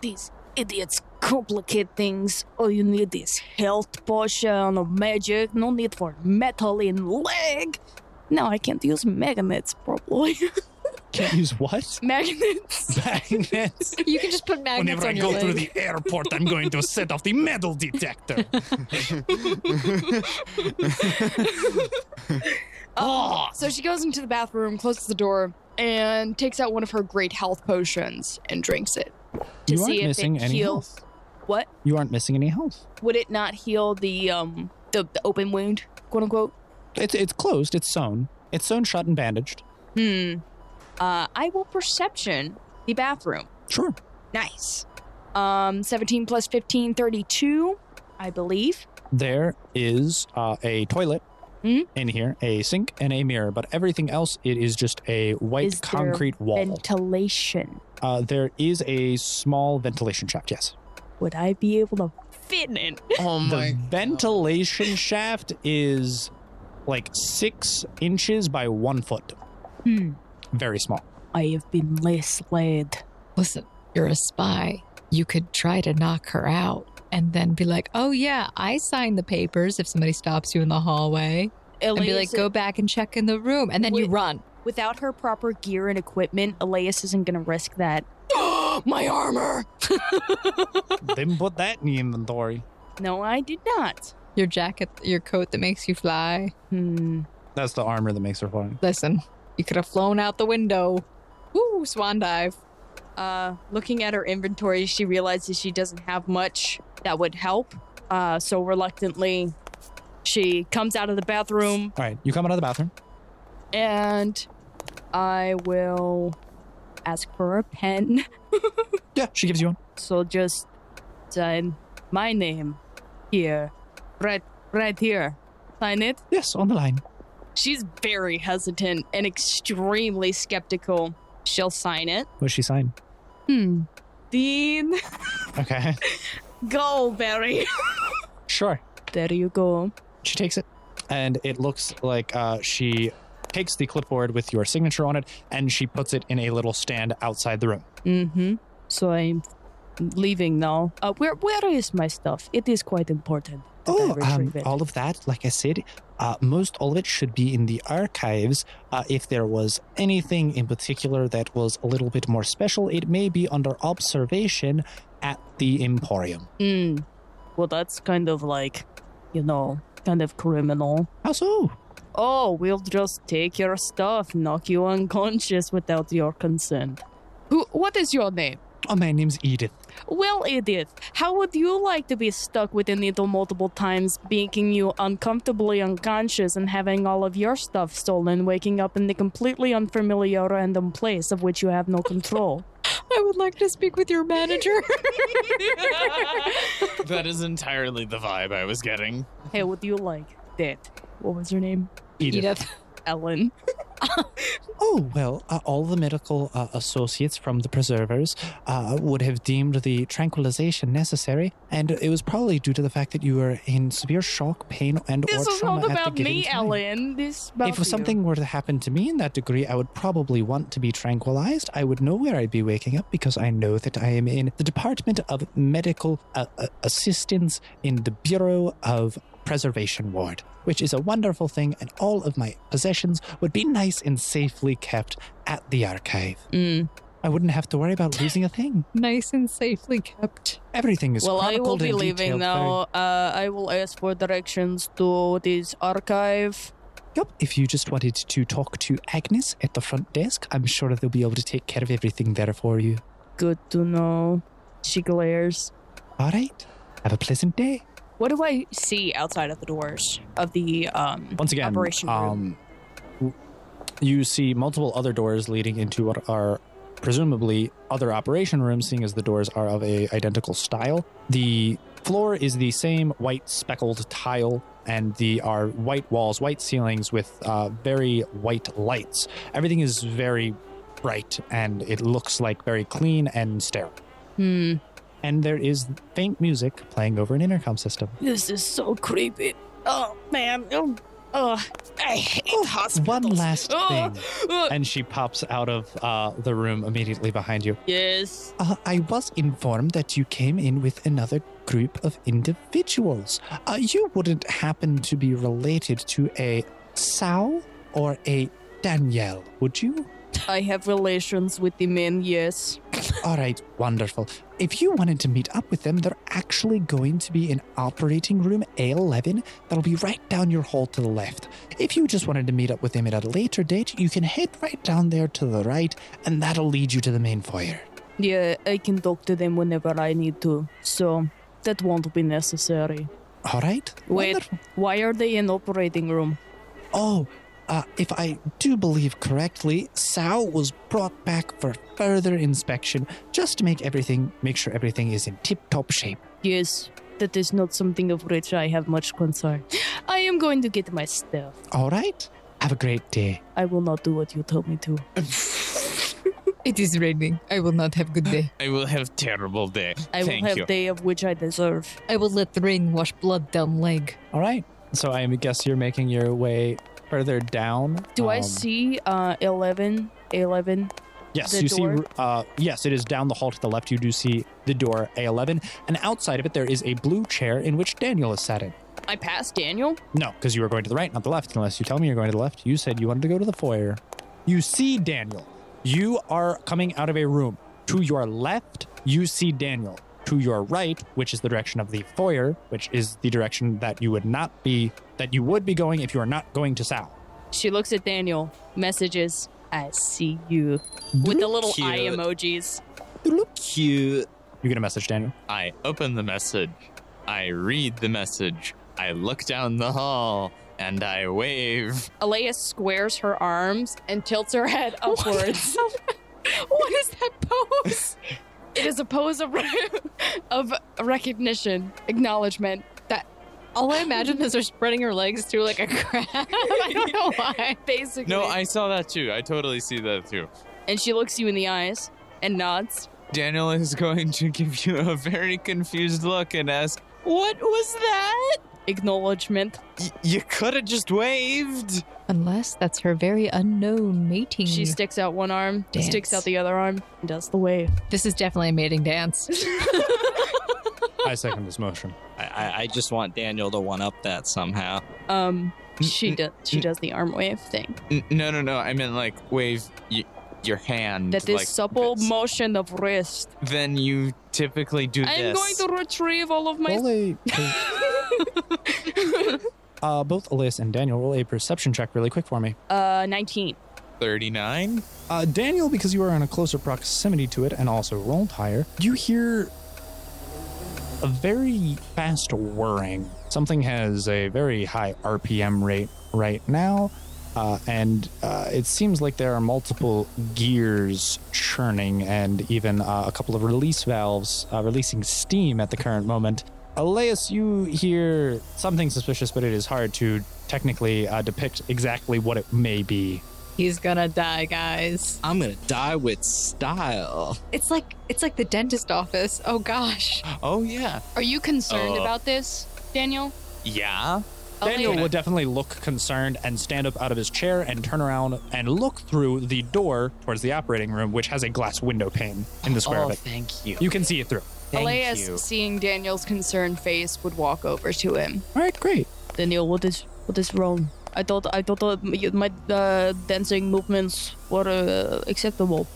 These idiots complicate things. All you need is health potion of magic. No need for metal in leg. No, I can't use magnets probably. (laughs) Can't use what? (laughs) Magnets. Magnets. (laughs) You can just put magnets on your leg. airport, I'm going to set off the metal detector. Oh. So she goes into the bathroom, closes the door, and takes out one of her great health potions and drinks it. to you aren't see if missing it any heals. health. What? You aren't missing any health. Would it not heal the um the, the open wound, quote unquote? It's it's closed. It's sewn. It's sewn shut and bandaged. Hmm. Uh, I will perception the bathroom. Sure. Nice. Um, 17 plus 15, 32, I believe. There is uh, a toilet Hmm? in here a sink and a mirror, but everything else, it is just a white Is there concrete wall. Ventilation. uh, there is a small ventilation shaft, yes. Would I be able to fit in? Oh the ventilation shaft is like six inches by one foot. Hmm. Very small. I have been misled. Listen, you're a spy. You could try to knock her out and then be like, oh, yeah, I signed the papers if somebody stops you in the hallway. And be like, go back and check in the room. And then you Wait. run. Without her proper gear and equipment, Elias isn't going to risk that. My armor. Didn't put that in the inventory. No, I did not. Your jacket, your coat that makes you fly. Hmm. That's the armor that makes her flying. Listen, you could have flown out the window. Woo, swan dive. Uh, looking at her inventory, she realizes she doesn't have much that would help. Uh, so reluctantly, she comes out of the bathroom All right, you come out of the bathroom. and I will ask for a pen. (laughs) Yeah, she gives you one. So just sign my name here. Right right here. Sign it. Yes, on the line. she's very hesitant and extremely skeptical. She'll sign it. What's she (laughs) sign? Hmm. (laughs) Dean Okay, Goldberry. sure. There you go. She takes it, and it looks like uh, she takes the clipboard with your signature on it, and she puts it in a little stand outside the room. Mm-hmm. So I'm leaving now. Uh, where where is my stuff? It is quite important. that I retrieve it. Oh, um, all of that, like I said, uh, most all of it should be in the archives. Uh, if there was anything in particular that was a little bit more special, it may be under observation at the Emporium. Mm. Well, that's kind of like, you know, kind of criminal. How so? Oh, we'll just take your stuff, knock you unconscious without your consent. Who? What is your name? Oh, my name's Edith. Well, Edith, how would you like to be stuck with a needle multiple times, making you uncomfortably unconscious and having all of your stuff stolen, waking up in a completely unfamiliar random place of which you have no (laughs) control? I would like to speak with your manager. (laughs) that is entirely the vibe I was getting. hey, would you like that? What was her name? Edith. Ellen. Oh, well, uh, all the medical uh, associates from the preservers uh, would have deemed the tranquilization necessary, and it was probably due to the fact that you were in severe shock, pain, and This or is trauma not at the about given me, time. Ellen. This is about If you. something were to happen to me in that degree, I would probably want to be tranquilized. I would know where I'd be waking up because I know that I am in the Department of Medical uh, uh, Assistance in the Bureau of Preservation Ward, which is a wonderful thing, and all of my possessions would be nice and safely kept at the archive. Mm. I wouldn't have to worry about losing a thing. nice and safely kept. Everything is Well, I will chronicled be and leaving detailed very- now. Uh, I will ask for directions to this archive. Yup, if you just wanted to talk to Agnes at the front desk, I'm sure they'll be able to take care of everything there for you. Good to know. She glares. All right. Have a pleasant day. What do I see outside of the doors of the um? Once again, Operation um, w- you see multiple other doors leading into what are presumably other operation rooms, seeing as the doors are of a identical style. The floor is the same white speckled tile, and the are white walls, white ceilings with uh, very white lights. Everything is very bright, and it looks like very clean and sterile. Hmm. And there is faint music playing over an intercom system. This is so creepy. Oh man. Oh, oh I hate One hospitals. last Oh, thing. oh. and she pops out of uh, the room immediately behind you. Yes. Uh, I was informed that you came in with another group of individuals. Uh, you wouldn't happen to be related to a Sao or a Danielle, would you? I have relations with the men. Yes. All right, wonderful. If you wanted to meet up with them, they're actually going to be in operating room A11. That'll be right down your hall to the left. If you just wanted to meet up with them at a later date, you can head right down there to the right, and that'll lead you to the main foyer. Yeah, I can talk to them whenever I need to. So that won't be necessary. All right. Wait. Wonderful. Why are they in operating room? Oh, uh, if I do believe correctly, Sao was brought back for further inspection just to make everything, make sure everything is in tip-top shape. Yes. That is not something of which I have much concern. (gasps) I I am going to get my stuff. All right. Have a great day. I will not do what you told me to. It is raining. I will not have good day. I will have terrible day. I Thank will have you. day of which I deserve. I will let the rain wash blood down leg. All right. So I guess you're making your way further down. Do I Um, see uh 11 11 Yes, the you see. door? Uh, yes, it is down the hall to the left. You do see the door A11, and outside of it there is a blue chair in which Daniel is sat in. I passed Daniel. No, because you were going to the right, not the left. Unless you tell me you're going to the left, you said you wanted to go to the foyer. You see Daniel. You are coming out of a room. To your left, you see Daniel. To your right, which is the direction of the foyer, which is the direction that you would not be that you would be going if you are not going to Sal. She looks at Daniel. Messages. I see you. With the little eye Cute. emojis. Cute. You get a message, Daniel. I open the message. I read the message. I look down the hall and I wave. Alea squares her arms and tilts (laughs) her head upwards. (laughs) what is that pose? it is a pose of, re- of recognition, acknowledgement. That All I imagine is her spreading her legs through like a crab. (laughs) I don't know why. basically. No, I saw that too. I totally see that too. and she looks you in the eyes and nods. Daniel is (laughs) going to give you a very confused look and ask, What was that? Acknowledgement. Y- you could have just waved. Unless that's her very unknown mating. She sticks out one arm, Dance. sticks out the other arm, and does the wave. this is definitely a mating dance. I second this motion. I, I, I just want Daniel to one up that somehow. Um, she does. She does the arm wave thing. N- no, no, no. I meant like wave y- your hand. That is like supple this. motion of wrist. Then you typically do I am this. going to retrieve all of my. Roll a, uh, both Elias and Daniel roll a perception check really quick for me. uh, nineteen. 39? Uh, Daniel, because you are in a closer proximity to it and also rolled higher, you hear a very fast whirring. Something has a very high RPM rate right now, uh, and uh, it seems like there are multiple gears churning and even uh, a couple of release valves uh, releasing steam at the current moment. Elias, you hear something suspicious, but it is hard to technically uh, depict exactly what it may be. He's gonna die, guys. I'm gonna die with style. It's like it's like the dentist office. Oh gosh. Oh, yeah. Are you concerned Uh. about this, Daniel? Yeah? Daniel Elena- would definitely look concerned and stand up out of his chair and turn around and look through the door towards the operating room, which has a glass window pane in the square of it. thank you. You can see it through. Elias, seeing Daniel's concerned face, would walk over to him. All right, great. Daniel, what is what is wrong? I thought I thought uh, my- my uh, dancing movements were uh, acceptable.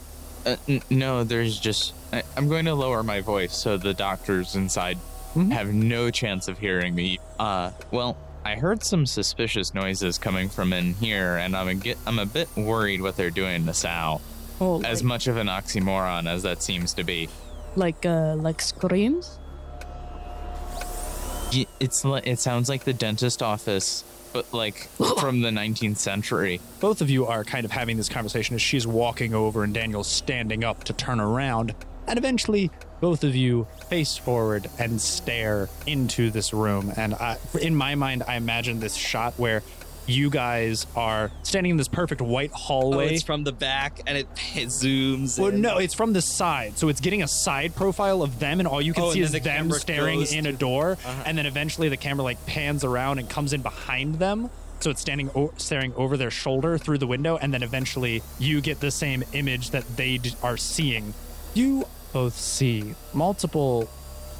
Uh, n- no, there's just. I- I'm going to lower my voice so the doctors inside Mhm. have no chance of hearing me. Uh, well, I heard some suspicious noises coming from in here, and I'm a, ge- I'm a bit worried what they're doing to Sal. Oh, like, As much of an oxymoron as that seems to be. like uh, like screams. Y- It's li- it sounds like the dentist office, but like from the 19th century. Both of you are kind of having this conversation as she's walking over and Daniel's standing up to turn around. And eventually, both of you face forward and stare into this room. And I, in my mind, I imagine this shot where you guys are standing in this perfect white Oh, hallway. it's from the back and it, it zooms. Well, in. no, it's from the side, so it's getting a side profile of them, and all you can Oh, and see then is the them camera staring goes in a to- door, Uh-huh. and then eventually the camera like pans around and comes in behind them, so it's standing o- staring over their shoulder through the window, and then eventually you get the same image that they d- are seeing. You both see multiple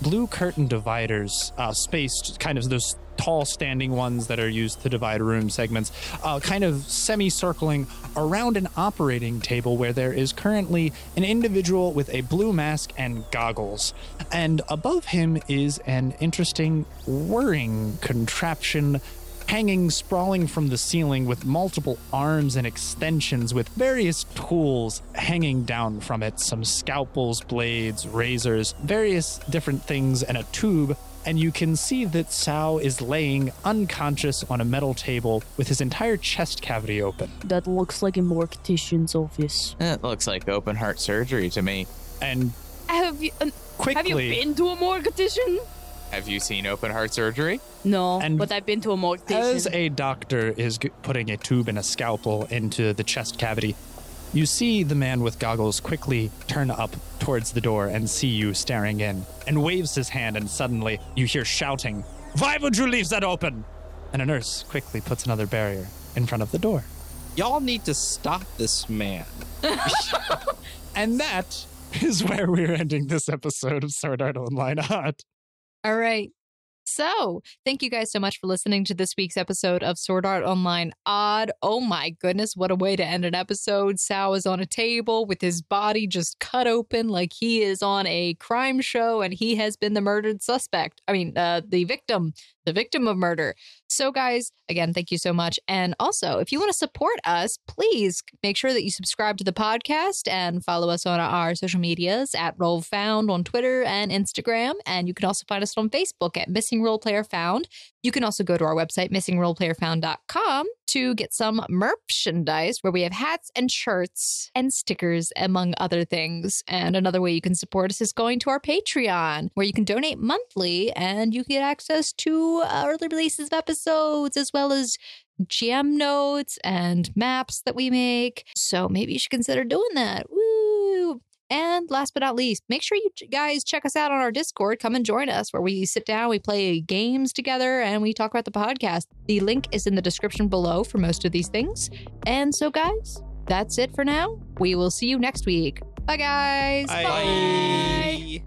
blue curtain dividers uh, spaced kind of those tall standing ones that are used to divide room segments uh, kind of semicircling around an operating table where there is currently an individual with a blue mask and goggles and above him is an interesting whirring contraption hanging sprawling from the ceiling with multiple arms and extensions with various tools hanging down from it some scalpels, blades, razors, various different things, and a tube. And you can see that Sao is laying unconscious on a metal table with his entire chest cavity open. That looks like a mortician's office. Eh, It looks like open heart surgery to me. And Have you um, quickly, have you been to a mortician? Have you seen open heart surgery? No, And but I've been to a morgue As station. a doctor is g- putting a tube and a scalpel into the chest cavity, you see the man with goggles quickly turn up towards the door and see you staring in, and waves his hand, and suddenly you hear shouting, Why would you leave that open? And a nurse quickly puts another barrier in front of the door. Y'all need to stop this man. And that (laughs) is where we're ending this episode of Sword Art Online Hot. All right. So, thank you guys so much for listening to this week's episode of Sword Art Online Odd. Oh my goodness, what a way to end an episode. Sal is on a table with his body just cut open like he is on a crime show and he has been the murdered suspect. I mean, uh, the victim, the victim of murder. So, guys, again, thank you so much. And also, if you want to support us, please make sure that you subscribe to the podcast and follow us on our social medias at Role Found on Twitter and Instagram. And you can also find us on Facebook at Missing Role Player Found. You can also go to our website, missingroleplayerfound.com, to get some merchandise where we have hats and shirts and stickers, among other things. And another way you can support us is going to our Patreon, where you can donate monthly and you get access to uh, early releases of episodes as well as GM notes and maps that we make. So maybe you should consider doing that. Woo! And last but not least, make sure you ch- guys check us out on our Discord. Come and join us where we sit down, we play games together, and we talk about the podcast. The link is in the description below for most of these things. And so, guys, that's it for now. We will see you next week. Bye, guys. Bye.